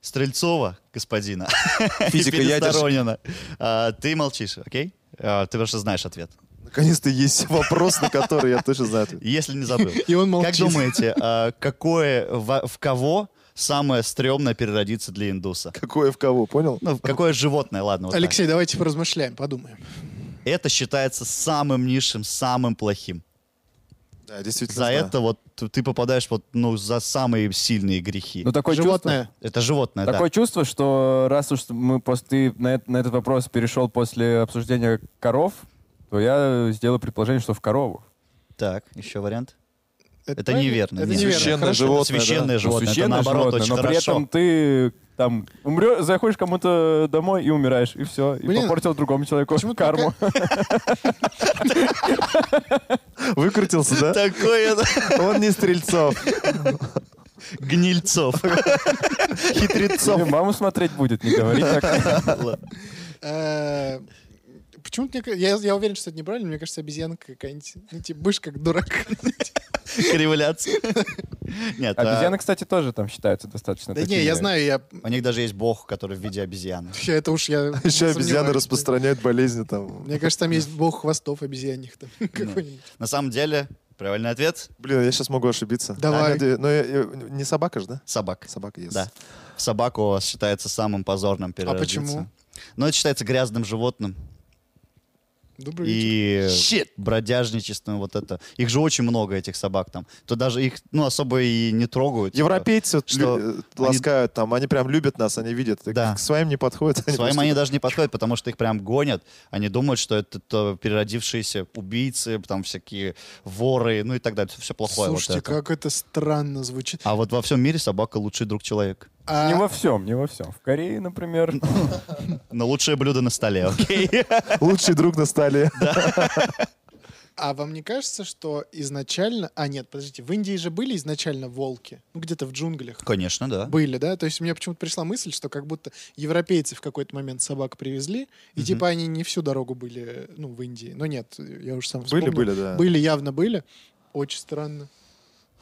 Speaker 2: Стрельцова, господина.
Speaker 1: Физика,
Speaker 2: и
Speaker 1: ядерщик.
Speaker 2: Пересторонина. А, ты молчишь, окей? А, ты просто знаешь ответ.
Speaker 1: Наконец-то есть вопрос, на который я точно знаю. ответ.
Speaker 2: Если не забыл.
Speaker 4: И он молчит.
Speaker 2: Как думаете, а, какое, во- в кого самое стрёмное переродиться для индуса?
Speaker 1: Какое в кого, понял?
Speaker 2: Ну, какое животное, ладно. вот так.
Speaker 4: Алексей, давайте поразмышляем, подумаем.
Speaker 2: Это считается самым низшим, самым плохим.
Speaker 1: Да, действительно.
Speaker 2: За
Speaker 1: знаю.
Speaker 2: это вот т- ты попадаешь вот, ну, за самые сильные грехи.
Speaker 3: Ну, такое
Speaker 4: Животное.
Speaker 2: Это животное, да.
Speaker 3: Такое чувство, что раз уж мы пос- ты на, эт- на этот вопрос перешел после обсуждения коров, то я сделаю предположение, что в корову.
Speaker 2: Так, еще вариант. Это
Speaker 4: правильно?
Speaker 2: неверно,
Speaker 4: Это
Speaker 2: нет.
Speaker 4: неверно.
Speaker 1: Священное
Speaker 4: Хорошо.
Speaker 1: животное.
Speaker 2: Священное
Speaker 1: да.
Speaker 2: животное, это
Speaker 3: Ну, Священное
Speaker 2: наоборот
Speaker 3: животное,
Speaker 2: очень
Speaker 3: но при
Speaker 2: хорошо.
Speaker 3: этом ты там умрешь, заходишь кому-то домой и умираешь, и все, и
Speaker 4: Блин,
Speaker 3: попортил другому человеку
Speaker 4: почему э, ты
Speaker 3: карму.
Speaker 1: Выкрутился, да?
Speaker 2: Такое да,
Speaker 1: Он не стрельцов.
Speaker 2: гнильцов.
Speaker 3: Мне
Speaker 2: Хитрецов.
Speaker 3: Мама смотреть будет, не говори так.
Speaker 2: Ладно.
Speaker 4: Э, Почему-то мне ка- я, я уверен, что это неправильно. Мне кажется, обезьянка какая-нибудь. Ну, типа, будешь как дурак.
Speaker 2: Кривляться. Нет, а,
Speaker 3: Обезьяны, кстати, тоже там считаются достаточно.
Speaker 4: Да не,
Speaker 3: такими.
Speaker 4: я знаю, я...
Speaker 2: у них даже есть бог, который в виде обезьяны.
Speaker 4: я- Это уж я... не
Speaker 1: Еще обезьяны
Speaker 4: сомневаюсь.
Speaker 1: распространяют болезни там.
Speaker 4: Мне кажется, там есть бог хвостов обезьянных. Там, какой-нибудь.
Speaker 2: На самом деле, правильный ответ
Speaker 1: Блин, я сейчас могу ошибиться.
Speaker 4: Давай.
Speaker 1: А, нет, Но я- я- не собака же, да?
Speaker 2: — собак.
Speaker 1: Собака есть.
Speaker 2: Да. Собаку считается самым позорным переродиться.
Speaker 4: А почему?
Speaker 2: Ну, это считается грязным животным
Speaker 4: Добрый вечер.
Speaker 2: и бродяжничеством вот это. Их же очень много, этих собак там. То даже их, ну, особо и не трогают.
Speaker 1: Европейцы вот лю-
Speaker 2: Что
Speaker 1: э,
Speaker 2: они-
Speaker 1: ласкают там, они прям любят нас, они видят. И
Speaker 2: Да.
Speaker 1: К своим не подходят. они
Speaker 2: Своим
Speaker 1: просто-
Speaker 2: они даже не подходят, потому что их прям гонят. Они думают, что это то переродившиеся убийцы, там всякие воры, ну и так далее. Все плохое. вот
Speaker 4: Слушайте,
Speaker 2: это.
Speaker 4: как это странно звучит.
Speaker 2: А вот во всем мире собака лучший друг человека.
Speaker 4: А-
Speaker 3: Не во всем, не во всем. В Корее, например.
Speaker 2: На лучшее блюдо на столе, окей?
Speaker 1: Лучший друг на столе.
Speaker 4: А вам не кажется, что изначально... А, нет, подождите, в Индии же были изначально волки? Ну, где-то в джунглях.
Speaker 2: Конечно, да.
Speaker 4: Были, да? То есть мне почему-то пришла мысль, что как будто европейцы в какой-то момент собак привезли, и
Speaker 2: Мгм.
Speaker 4: типа они не всю дорогу были, ну, в Индии. Но нет, я уже сам
Speaker 1: Были,
Speaker 4: вспомнил.
Speaker 1: были, да.
Speaker 4: Были, явно были. Очень странно.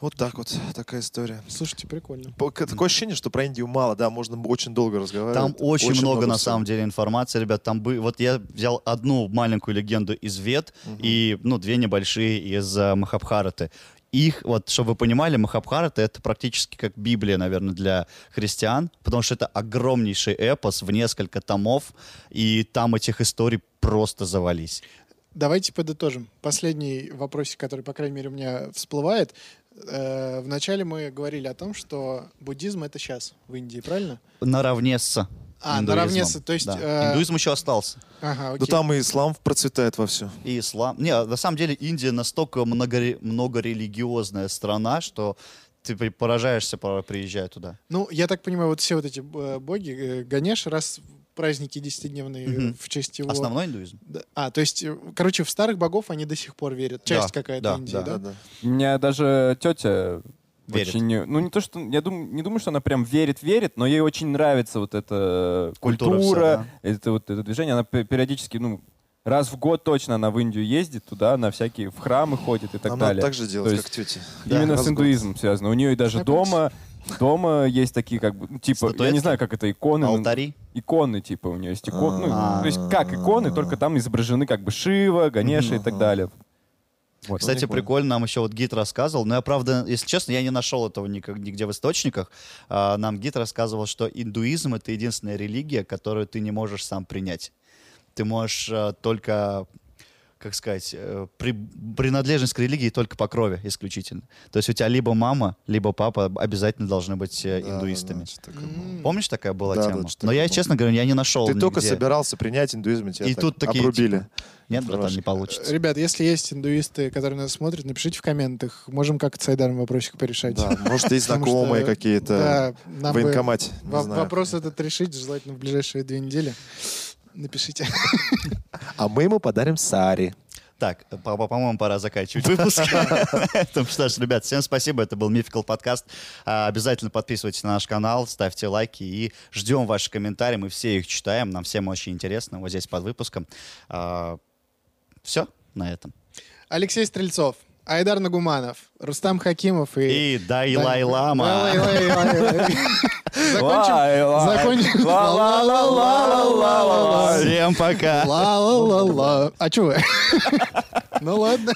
Speaker 1: Вот так вот, такая история.
Speaker 4: Слушайте, прикольно.
Speaker 1: По- к- Такое ощущение, что про Индию мало, да, можно очень долго разговаривать.
Speaker 2: Там очень, много, на
Speaker 1: всего.
Speaker 2: самом деле информации, ребят. Там бы, вот я взял одну маленькую легенду из Вет и ну две небольшие из э, Махабхараты. Их вот, чтобы вы понимали, Махабхарата это практически как Библия, наверное, для христиан, потому что это огромнейший эпос в несколько томов, и там этих историй просто завались.
Speaker 4: Давайте подытожим. Последний вопросик, который, по крайней мере, у меня всплывает. Э, Вначале мы говорили о том, что буддизм — это сейчас в Индии, правильно?
Speaker 2: Наравне с
Speaker 4: А,
Speaker 2: индуизмом.
Speaker 4: наравне с- то есть,
Speaker 2: Да.
Speaker 4: э,
Speaker 2: Индуизм еще остался.
Speaker 4: Ага,
Speaker 1: Да
Speaker 4: окей.
Speaker 1: Ну, там и ислам процветает вовсю.
Speaker 2: И ислам. Не, на самом деле Индия настолько многоре- многорелигиозная страна, что ты при- поражаешься, пора- приезжая туда.
Speaker 4: Ну, я так понимаю, вот все вот эти э, боги, э, Ганеш, раз праздники десятидневные
Speaker 2: Мгм.
Speaker 4: э, в честь его...
Speaker 2: Основной индуизм.
Speaker 4: Да. А, то есть, э, короче, в старых богов они до сих пор верят. Часть
Speaker 2: Да,
Speaker 4: какая-то
Speaker 2: да,
Speaker 4: Индии,
Speaker 2: да,
Speaker 4: да?
Speaker 1: да.
Speaker 3: У меня даже тетя
Speaker 2: Верит.
Speaker 3: очень... не- Ну, не то, что... Я думаю, не думаю, что она прям верит-верит, но ей очень нравится вот эта
Speaker 2: Культура
Speaker 3: культура,
Speaker 2: вся,
Speaker 3: это вот это движение. Она пе- периодически, ну, раз в год точно она в Индию ездит туда, на всякие в храмы ходит и так
Speaker 1: Нам
Speaker 3: далее.
Speaker 1: надо так же делать,
Speaker 3: То
Speaker 1: как
Speaker 3: есть
Speaker 1: тети.
Speaker 3: Именно
Speaker 1: раз
Speaker 3: с
Speaker 1: в год.
Speaker 3: индуизмом связано. У нее и даже
Speaker 4: Знакомься.
Speaker 3: дома... Дома есть такие, как бы, ну, типа, я
Speaker 2: Статуэтки?
Speaker 3: не знаю, как это иконы. ну,
Speaker 2: Алтари.
Speaker 3: Иконы, типа, у нее есть иконы. Ну,
Speaker 2: А.
Speaker 3: то есть, как иконы, только там изображены, как бы, Шива, Ганеша и так далее. Вот.
Speaker 2: Кстати,
Speaker 1: прикольно.
Speaker 2: прикольно, нам еще вот гид рассказывал, но я, правда, если честно, я не нашел этого никак, нигде в источниках. А, нам гид рассказывал, что индуизм — это единственная религия, которую ты не можешь сам принять. Ты можешь а, только, как сказать, э, при- принадлежность к религии только по крови исключительно. То есть у тебя либо мама, либо папа обязательно должны быть э,
Speaker 1: Да, да, да,
Speaker 2: индуистами.
Speaker 1: что-то такое было.
Speaker 4: М.
Speaker 2: Помнишь, такая была
Speaker 1: Да,
Speaker 2: тема?
Speaker 1: да, что-то
Speaker 2: но я,
Speaker 1: такое
Speaker 2: честно говоря, я не нашел
Speaker 1: Ты только
Speaker 2: нигде.
Speaker 1: собирался принять индуизм, и тебя
Speaker 2: И
Speaker 1: так
Speaker 2: тут такие,
Speaker 1: обрубили.
Speaker 2: Нет, братан, не
Speaker 1: Дурашка.
Speaker 2: получится.
Speaker 4: Ребят, если есть индуисты, которые нас смотрят, напишите в комментах. Можем как-то с Айдаром вопросик порешать.
Speaker 1: Да, может, есть
Speaker 4: Потому
Speaker 1: знакомые
Speaker 4: что,
Speaker 1: какие-то
Speaker 4: Да,
Speaker 1: в
Speaker 4: нам бы
Speaker 1: военкомате. не
Speaker 4: во-
Speaker 1: знаю.
Speaker 4: вопрос этот решить, желательно в ближайшие две недели. Напишите.
Speaker 1: А мы ему подарим сари.
Speaker 2: Так, э, по- по- по-моему, пора заканчивать выпуск. На этом Что ж, ребят, всем спасибо. Это был Мификал подкаст. А, Обязательно подписывайтесь на наш канал, ставьте лайки и ждем ваши комментарии. Мы все их читаем. Нам всем очень интересно. Вот здесь под выпуском. Все на этом.
Speaker 4: Алексей Стрельцов, Айдар Нагуманов, Рустам Хакимов и...
Speaker 2: И Дайлай Лама.
Speaker 4: Лай-лай-лай-лай. Закончим. закончим.
Speaker 3: Ла-ла-ла-ла-ла-ла-ла.
Speaker 2: Всем пока.
Speaker 4: Ла-ла-ла-ла. А чё вы? Ну ладно.